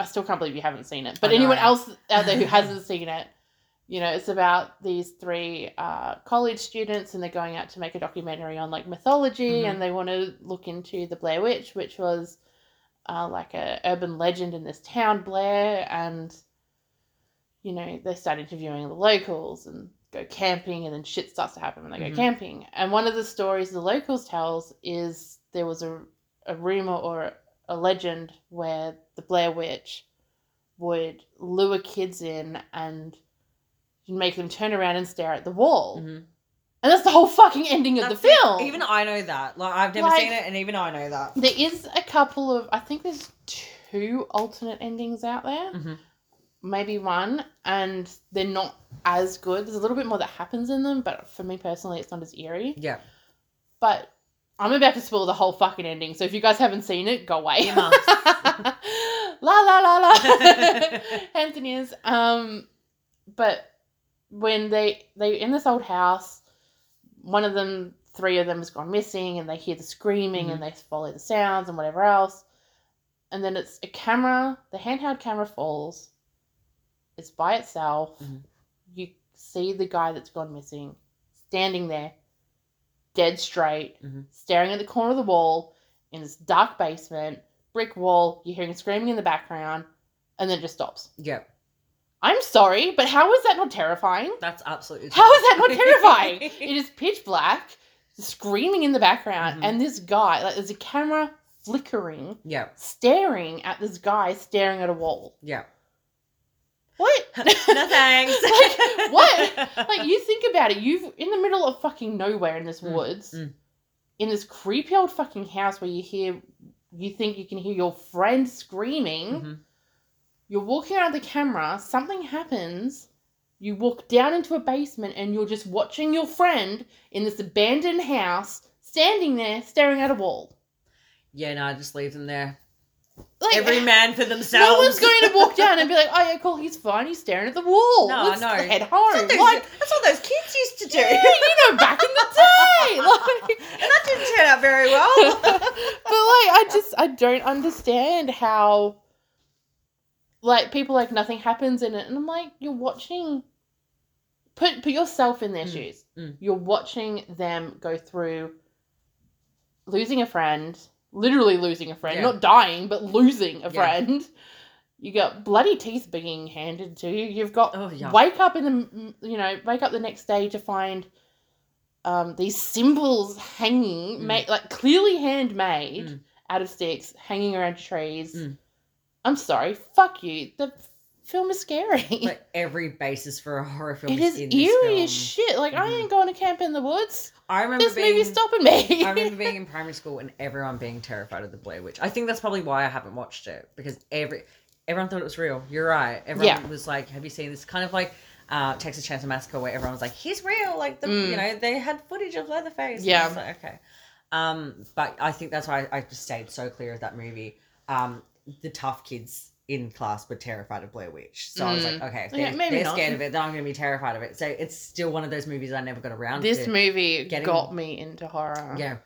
I still can't believe you haven't seen it. But I anyone know. else out there who hasn't seen it, you know, it's about these three uh, college students, and they're going out to make a documentary on like Mhm. mythology, and they want to look into the Blair Witch, which was uh, like a urban legend in this town, Blair, and you know, they start interviewing the locals and go camping, and then shit starts to happen when they Mhm. go camping. And one of the stories the locals tells is there was a, a rumor or a legend where the Blair Witch would lure kids in and make them turn around and stare at the wall. Mhm. And that's the whole fucking ending of That's the it. film. Even I know that. Like I've never Like- seen it, and even I know that. There is a couple of, I think there's two alternate endings out there, Mhm. maybe one, and they're not as good. There's a little bit more that happens in them, but for me personally, it's not as eerie. Yeah. But I'm about to spoil the whole fucking ending, so if you guys haven't seen it, go away. You la must. la la la. Anthony is. Um, but when they they in this old house, one of them, three of them has gone missing, and they hear the screaming, and they follow the sounds and whatever else. And then it's a camera, the handheld camera falls. It's by itself. Mhm. You see the guy that's gone missing standing there, dead straight, Mhm. staring at the corner of the wall in this dark basement, brick wall. You're hearing screaming in the background, and then it just stops. Yeah. I'm sorry, but how is that not terrifying? That's absolutely. How is that not terrible. terrifying? it is pitch black, screaming in the background, Mhm. and this guy, like, there's a camera flickering, yeah. staring at this guy staring at a wall. Yeah. What? no thanks. Like, what? like you think about it, you've in the middle of fucking nowhere in this Mm, woods, mm. in this creepy old fucking house where you hear, you think you can hear your friend screaming. Mhm. You're walking around the camera, something happens, you walk down into a basement, and you're just watching your friend in this abandoned house standing there staring at a wall. Yeah. No, I just leave them there. Like, Every man for themselves. no one's going to walk down and be like, oh, yeah, cool, he's fine, he's staring at the wall. No, I Let's know. head That's home. what those- Like, that's what those kids used to do. yeah, you know, back in the day. Like, and that didn't turn out very well. but like I just I don't understand how like people like nothing happens in it and I'm like you're watching put put yourself in their Mm, shoes. mm. You're watching them go through losing a friend, literally losing a friend, Yeah. not dying, but losing Yeah. a friend. You got bloody teeth being handed to you. You've got Oh yeah. wake up in the you know wake up the next day to find um, these symbols hanging Mm. made like clearly handmade Mm. out of sticks hanging around trees Mm. i'm sorry fuck you the film is scary But every basis for a horror film it is, is in this eerie as film. shit like i Mhm. ain't going to camp in the woods I remember this being. movie's stopping me I remember being in primary school and everyone being terrified of the Blair Witch. I think that's probably why I haven't watched it because every everyone thought it was real. You're right. Everyone was like, "Have you seen this?" Kind of like uh, Texas Chainsaw Massacre, where everyone was like, "He's real!" Like the Mm. you know they had footage of Leatherface. And Yeah. I was like, okay. Um, but I think that's why I, I just stayed so clear of that movie. Um, the tough kids in class were terrified of Blair Witch, so I was like, okay, if Mm. Yeah, they're, maybe they're not. scared of it, then I'm going to be terrified of it. So it's still one of those movies I never got around this to. movie Oh. Getting- got me into horror yeah.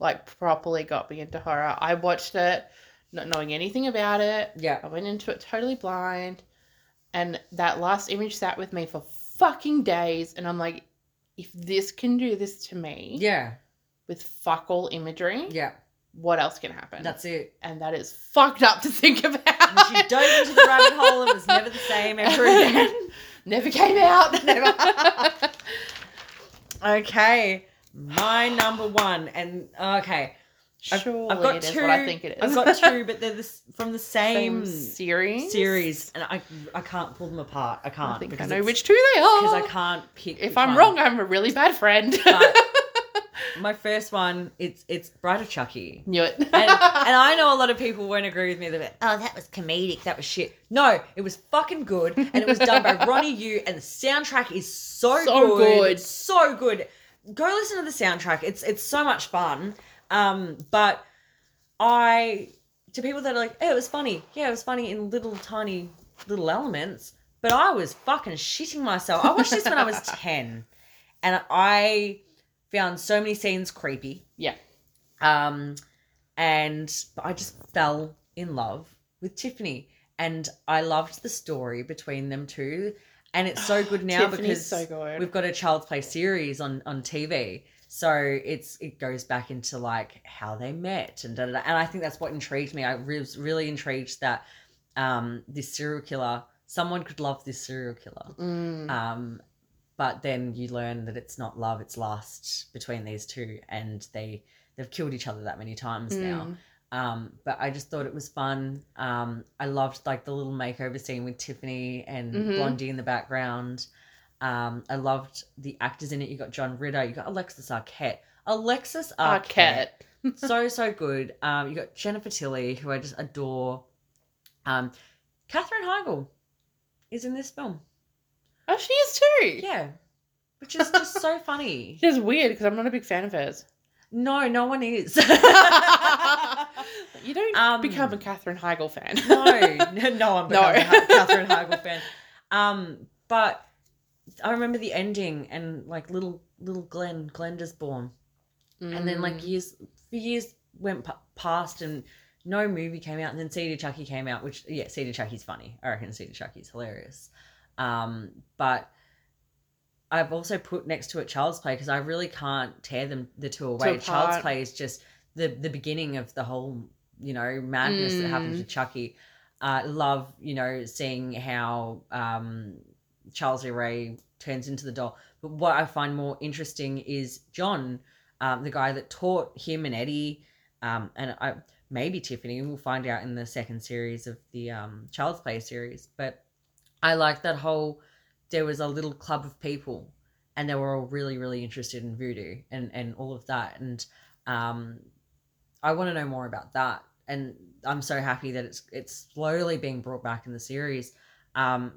like properly got me into horror i watched it not knowing anything about it Yeah. I went into it totally blind, and that last image sat with me for fucking days. And I'm like, if this can do this to me Yeah. with fuck all imagery, Yeah. what else can happen? That's it. and that is fucked up to think about. And she dove into the rabbit hole and was never the same ever again. Never came out. Never. okay, my number one, and okay, I've- I've Surely got it is what I two- think it is. I've got two, but they're this, from the Same same, series. series, and I I can't pull them apart. I can't I think I because know it's- which two they are. because I can't pick. If which I'm one. wrong, I'm a really bad friend. But my first one, it's it's Bride of Chucky. Knew it. and, and I know a lot of people won't agree with me. They're like, oh, that was comedic. That was shit. No, it was fucking good. And it was done by Ronnie Yu. And the soundtrack is so, So good. good. So good. Go listen to the soundtrack. It's it's so much fun. Um, but I to people that are like, "Hey, it was funny." Yeah, it was funny in little tiny little elements, but I was fucking shitting myself. I watched this when I was 10, and I found so many scenes creepy. Yeah. Um and I just fell in love with Tiffany and I loved the story between them two and it's so good now because Tiffany's so good. we've got a child's play series on on TV. So it's it goes back into like how they met and da, da, da. and I think that's what intrigued me. I re- was really intrigued that um this serial killer someone could love this serial killer. Mm. Um but then you learn that it's not love, it's lust between these two and they they've killed each other that many times now. Mm. Um, but I just thought it was fun. Um, I loved like the little makeover scene with Tiffany and Mhm. Blondie in the background. Um, I loved the actors in it. You got John Ritter, you got Alexis Arquette. Alexis Arquette, Arquette. so so good. Um, you got Jennifer Tilly, who I just adore. Um, Catherine Heigl is in this film. Oh, she is too. Yeah, which is just so funny. She's weird because I'm not a big fan of hers. No, no one is. You don't Um, become a Katherine Heigl fan. no, no, I'm No. becoming a Ha- Catherine Heigl fan. Um, but I remember the ending and like little little Glenn, Glenn just born, and then Mm. like years, years went p- past and no movie came out, and then Cedar Chucky came out, which yeah, Cedar Chucky's funny. I reckon Cedar Chucky's hilarious. Um, but I've also put next to it Child's Play because I really can't tear them the two away. Child's apart. Play is just the the beginning of the whole you know madness that happened to Chucky. Uh, love you know seeing how um, Charles E. Ray turns into the doll. But what I find more interesting is John, um, the guy that taught him and Eddie, um, and I, maybe Tiffany. We'll find out in the second series of the um, Child's Play series. But I like that whole there was a little club of people and they were all really really interested in voodoo and and all of that and um I want to know more about that and I'm so happy that it's it's slowly being brought back in the series um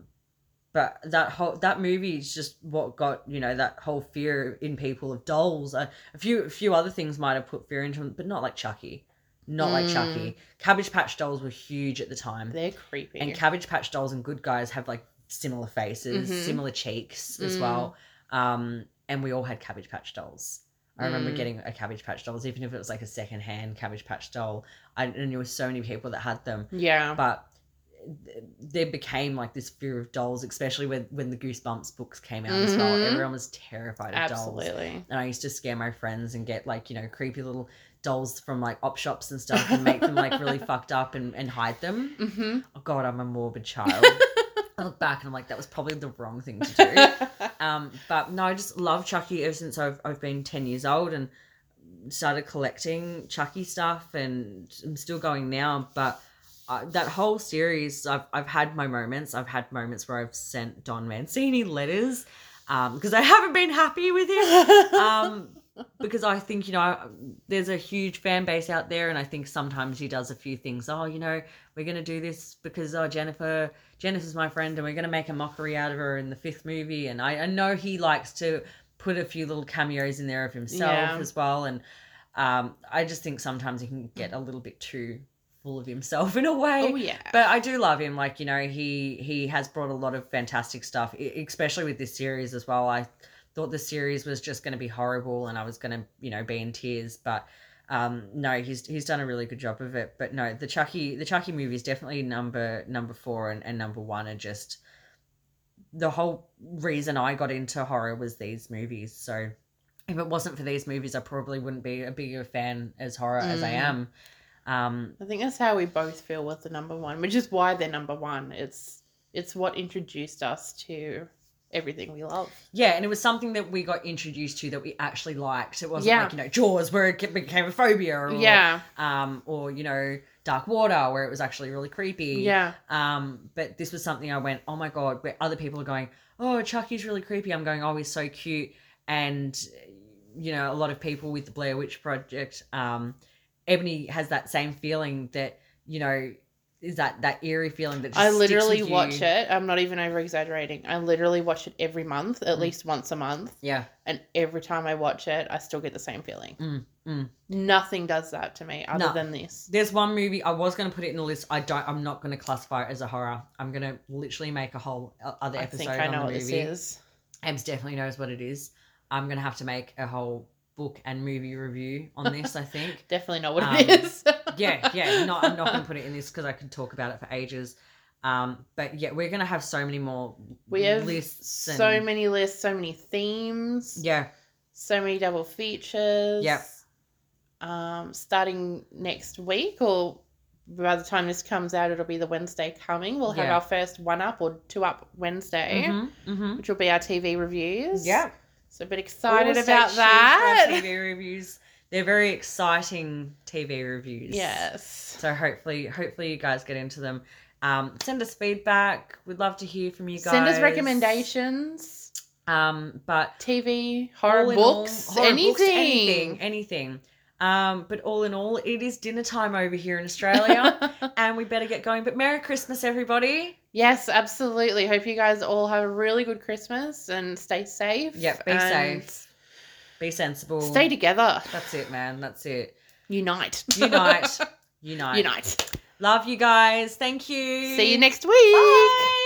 but that whole that movie is just what got you know that whole fear in people of dolls a, a few a few other things might have put fear into them but not like Chucky not like Mm. Chucky cabbage patch dolls were huge at the time they're creepy. and Cabbage Patch Dolls and Good Guys have like similar faces, Mhm. similar cheeks as Mm. well. Um, and we all had Cabbage Patch Dolls. I remember Mm. getting a Cabbage Patch Dolls, even if it was like a second hand Cabbage Patch Doll. I and there were so many people that had them, yeah. but th- there became like this fear of dolls, especially when when the Goosebumps books came out as well. Mhm. Everyone was terrified of dolls Absolutely. and I used to scare my friends and get like you know creepy little dolls from like op shops and stuff and make them like really fucked up and, and hide them. Mm-hmm. Oh God, I'm a morbid child. I look back and I'm like, that was probably the wrong thing to do. Um, but no, I just love Chucky ever since I've, I've been 10 years old and started collecting Chucky stuff and I'm still going now. But uh, that whole series, I've, I've had my moments. I've had moments where I've sent Don Mancini letters because I haven't been happy with him um, because I think you know I- there's a huge fan base out there, and I think sometimes he does a few things. Oh, you know, we're gonna do this because oh Jennifer, Jennifer's my friend, and we're gonna make a mockery out of her in the fifth movie. And I, I know he likes to put a few little cameos in there of himself Yeah. as well. And um, I just think sometimes he can get a little bit too full of himself in a way oh yeah. but I do love him. Like you know, he he has brought a lot of fantastic stuff, e- especially with this series as well. I thought the series was just going to be horrible, and I was going to you know be in tears, but um, no, he's he's done a really good job of it. But no, the Chucky the Chucky movies definitely number number four and, and number one are just the whole reason I got into horror was these movies. So if it wasn't for these movies, I probably wouldn't be a bigger fan as horror as I Mm. am. Um, I think that's how we both feel with the number one, which is why they're number one. It's it's what introduced us to everything we love. Yeah, and it was something that we got introduced to that we actually liked. It wasn't Yeah. like you know Jaws where it became a phobia, or, yeah, um, or you know Dark Water where it was actually really creepy, yeah, Um, but this was something I went, oh my god, where other people are going, oh Chucky's really creepy. I'm going, oh he's so cute, and you know a lot of people with the Blair Witch Project, um, Ebony has that same feeling that you know is that that eerie feeling that just I sticks with literally you. watch it. I'm not even over exaggerating. I literally watch it every month, at Mm. least once a month, Yeah, and every time I watch it, I still get the same feeling. Mm. Nothing does that to me other No. than this. There's one movie I was going to put it in the list. I don't. I'm not going to classify it as a horror. I'm going to literally make a whole o- other I episode think I on know the what movie. this is. Abs definitely knows what it is. I'm going to have to make a whole book and movie review on this. I think. Definitely know what Um, it is. yeah, yeah. Not, I'm not going to put it in this because I could talk about it for ages. Um, but yeah, we're going to have so many more. We have lists and- so many lists, so many themes, Yeah, so many double features. Yep. Um, starting next week, or by the time this comes out, it'll be the Wednesday coming. We'll have Yeah. our first one up or two up Wednesday, Mm-hmm, mm-hmm. which will be our TV reviews. yeah. So a bit excited All about stay tuned for our that. TV reviews. They're very exciting TV reviews. Yes. So hopefully, hopefully you guys get into them. Um, send us feedback. We'd love to hear from you guys. Send us recommendations, Um, but TV, all horror in all- books, horror anything. books, anything, anything. Um, but all in all, it is dinner time over here in Australia, and we better get going. But Merry Christmas, everybody! yes, absolutely. Hope you guys all have a really good Christmas and stay safe. Yep, be and safe, be sensible. Stay together. That's it, man. That's it. Unite. Unite, unite, Unite. Love you guys. Thank you. See you next week. Bye.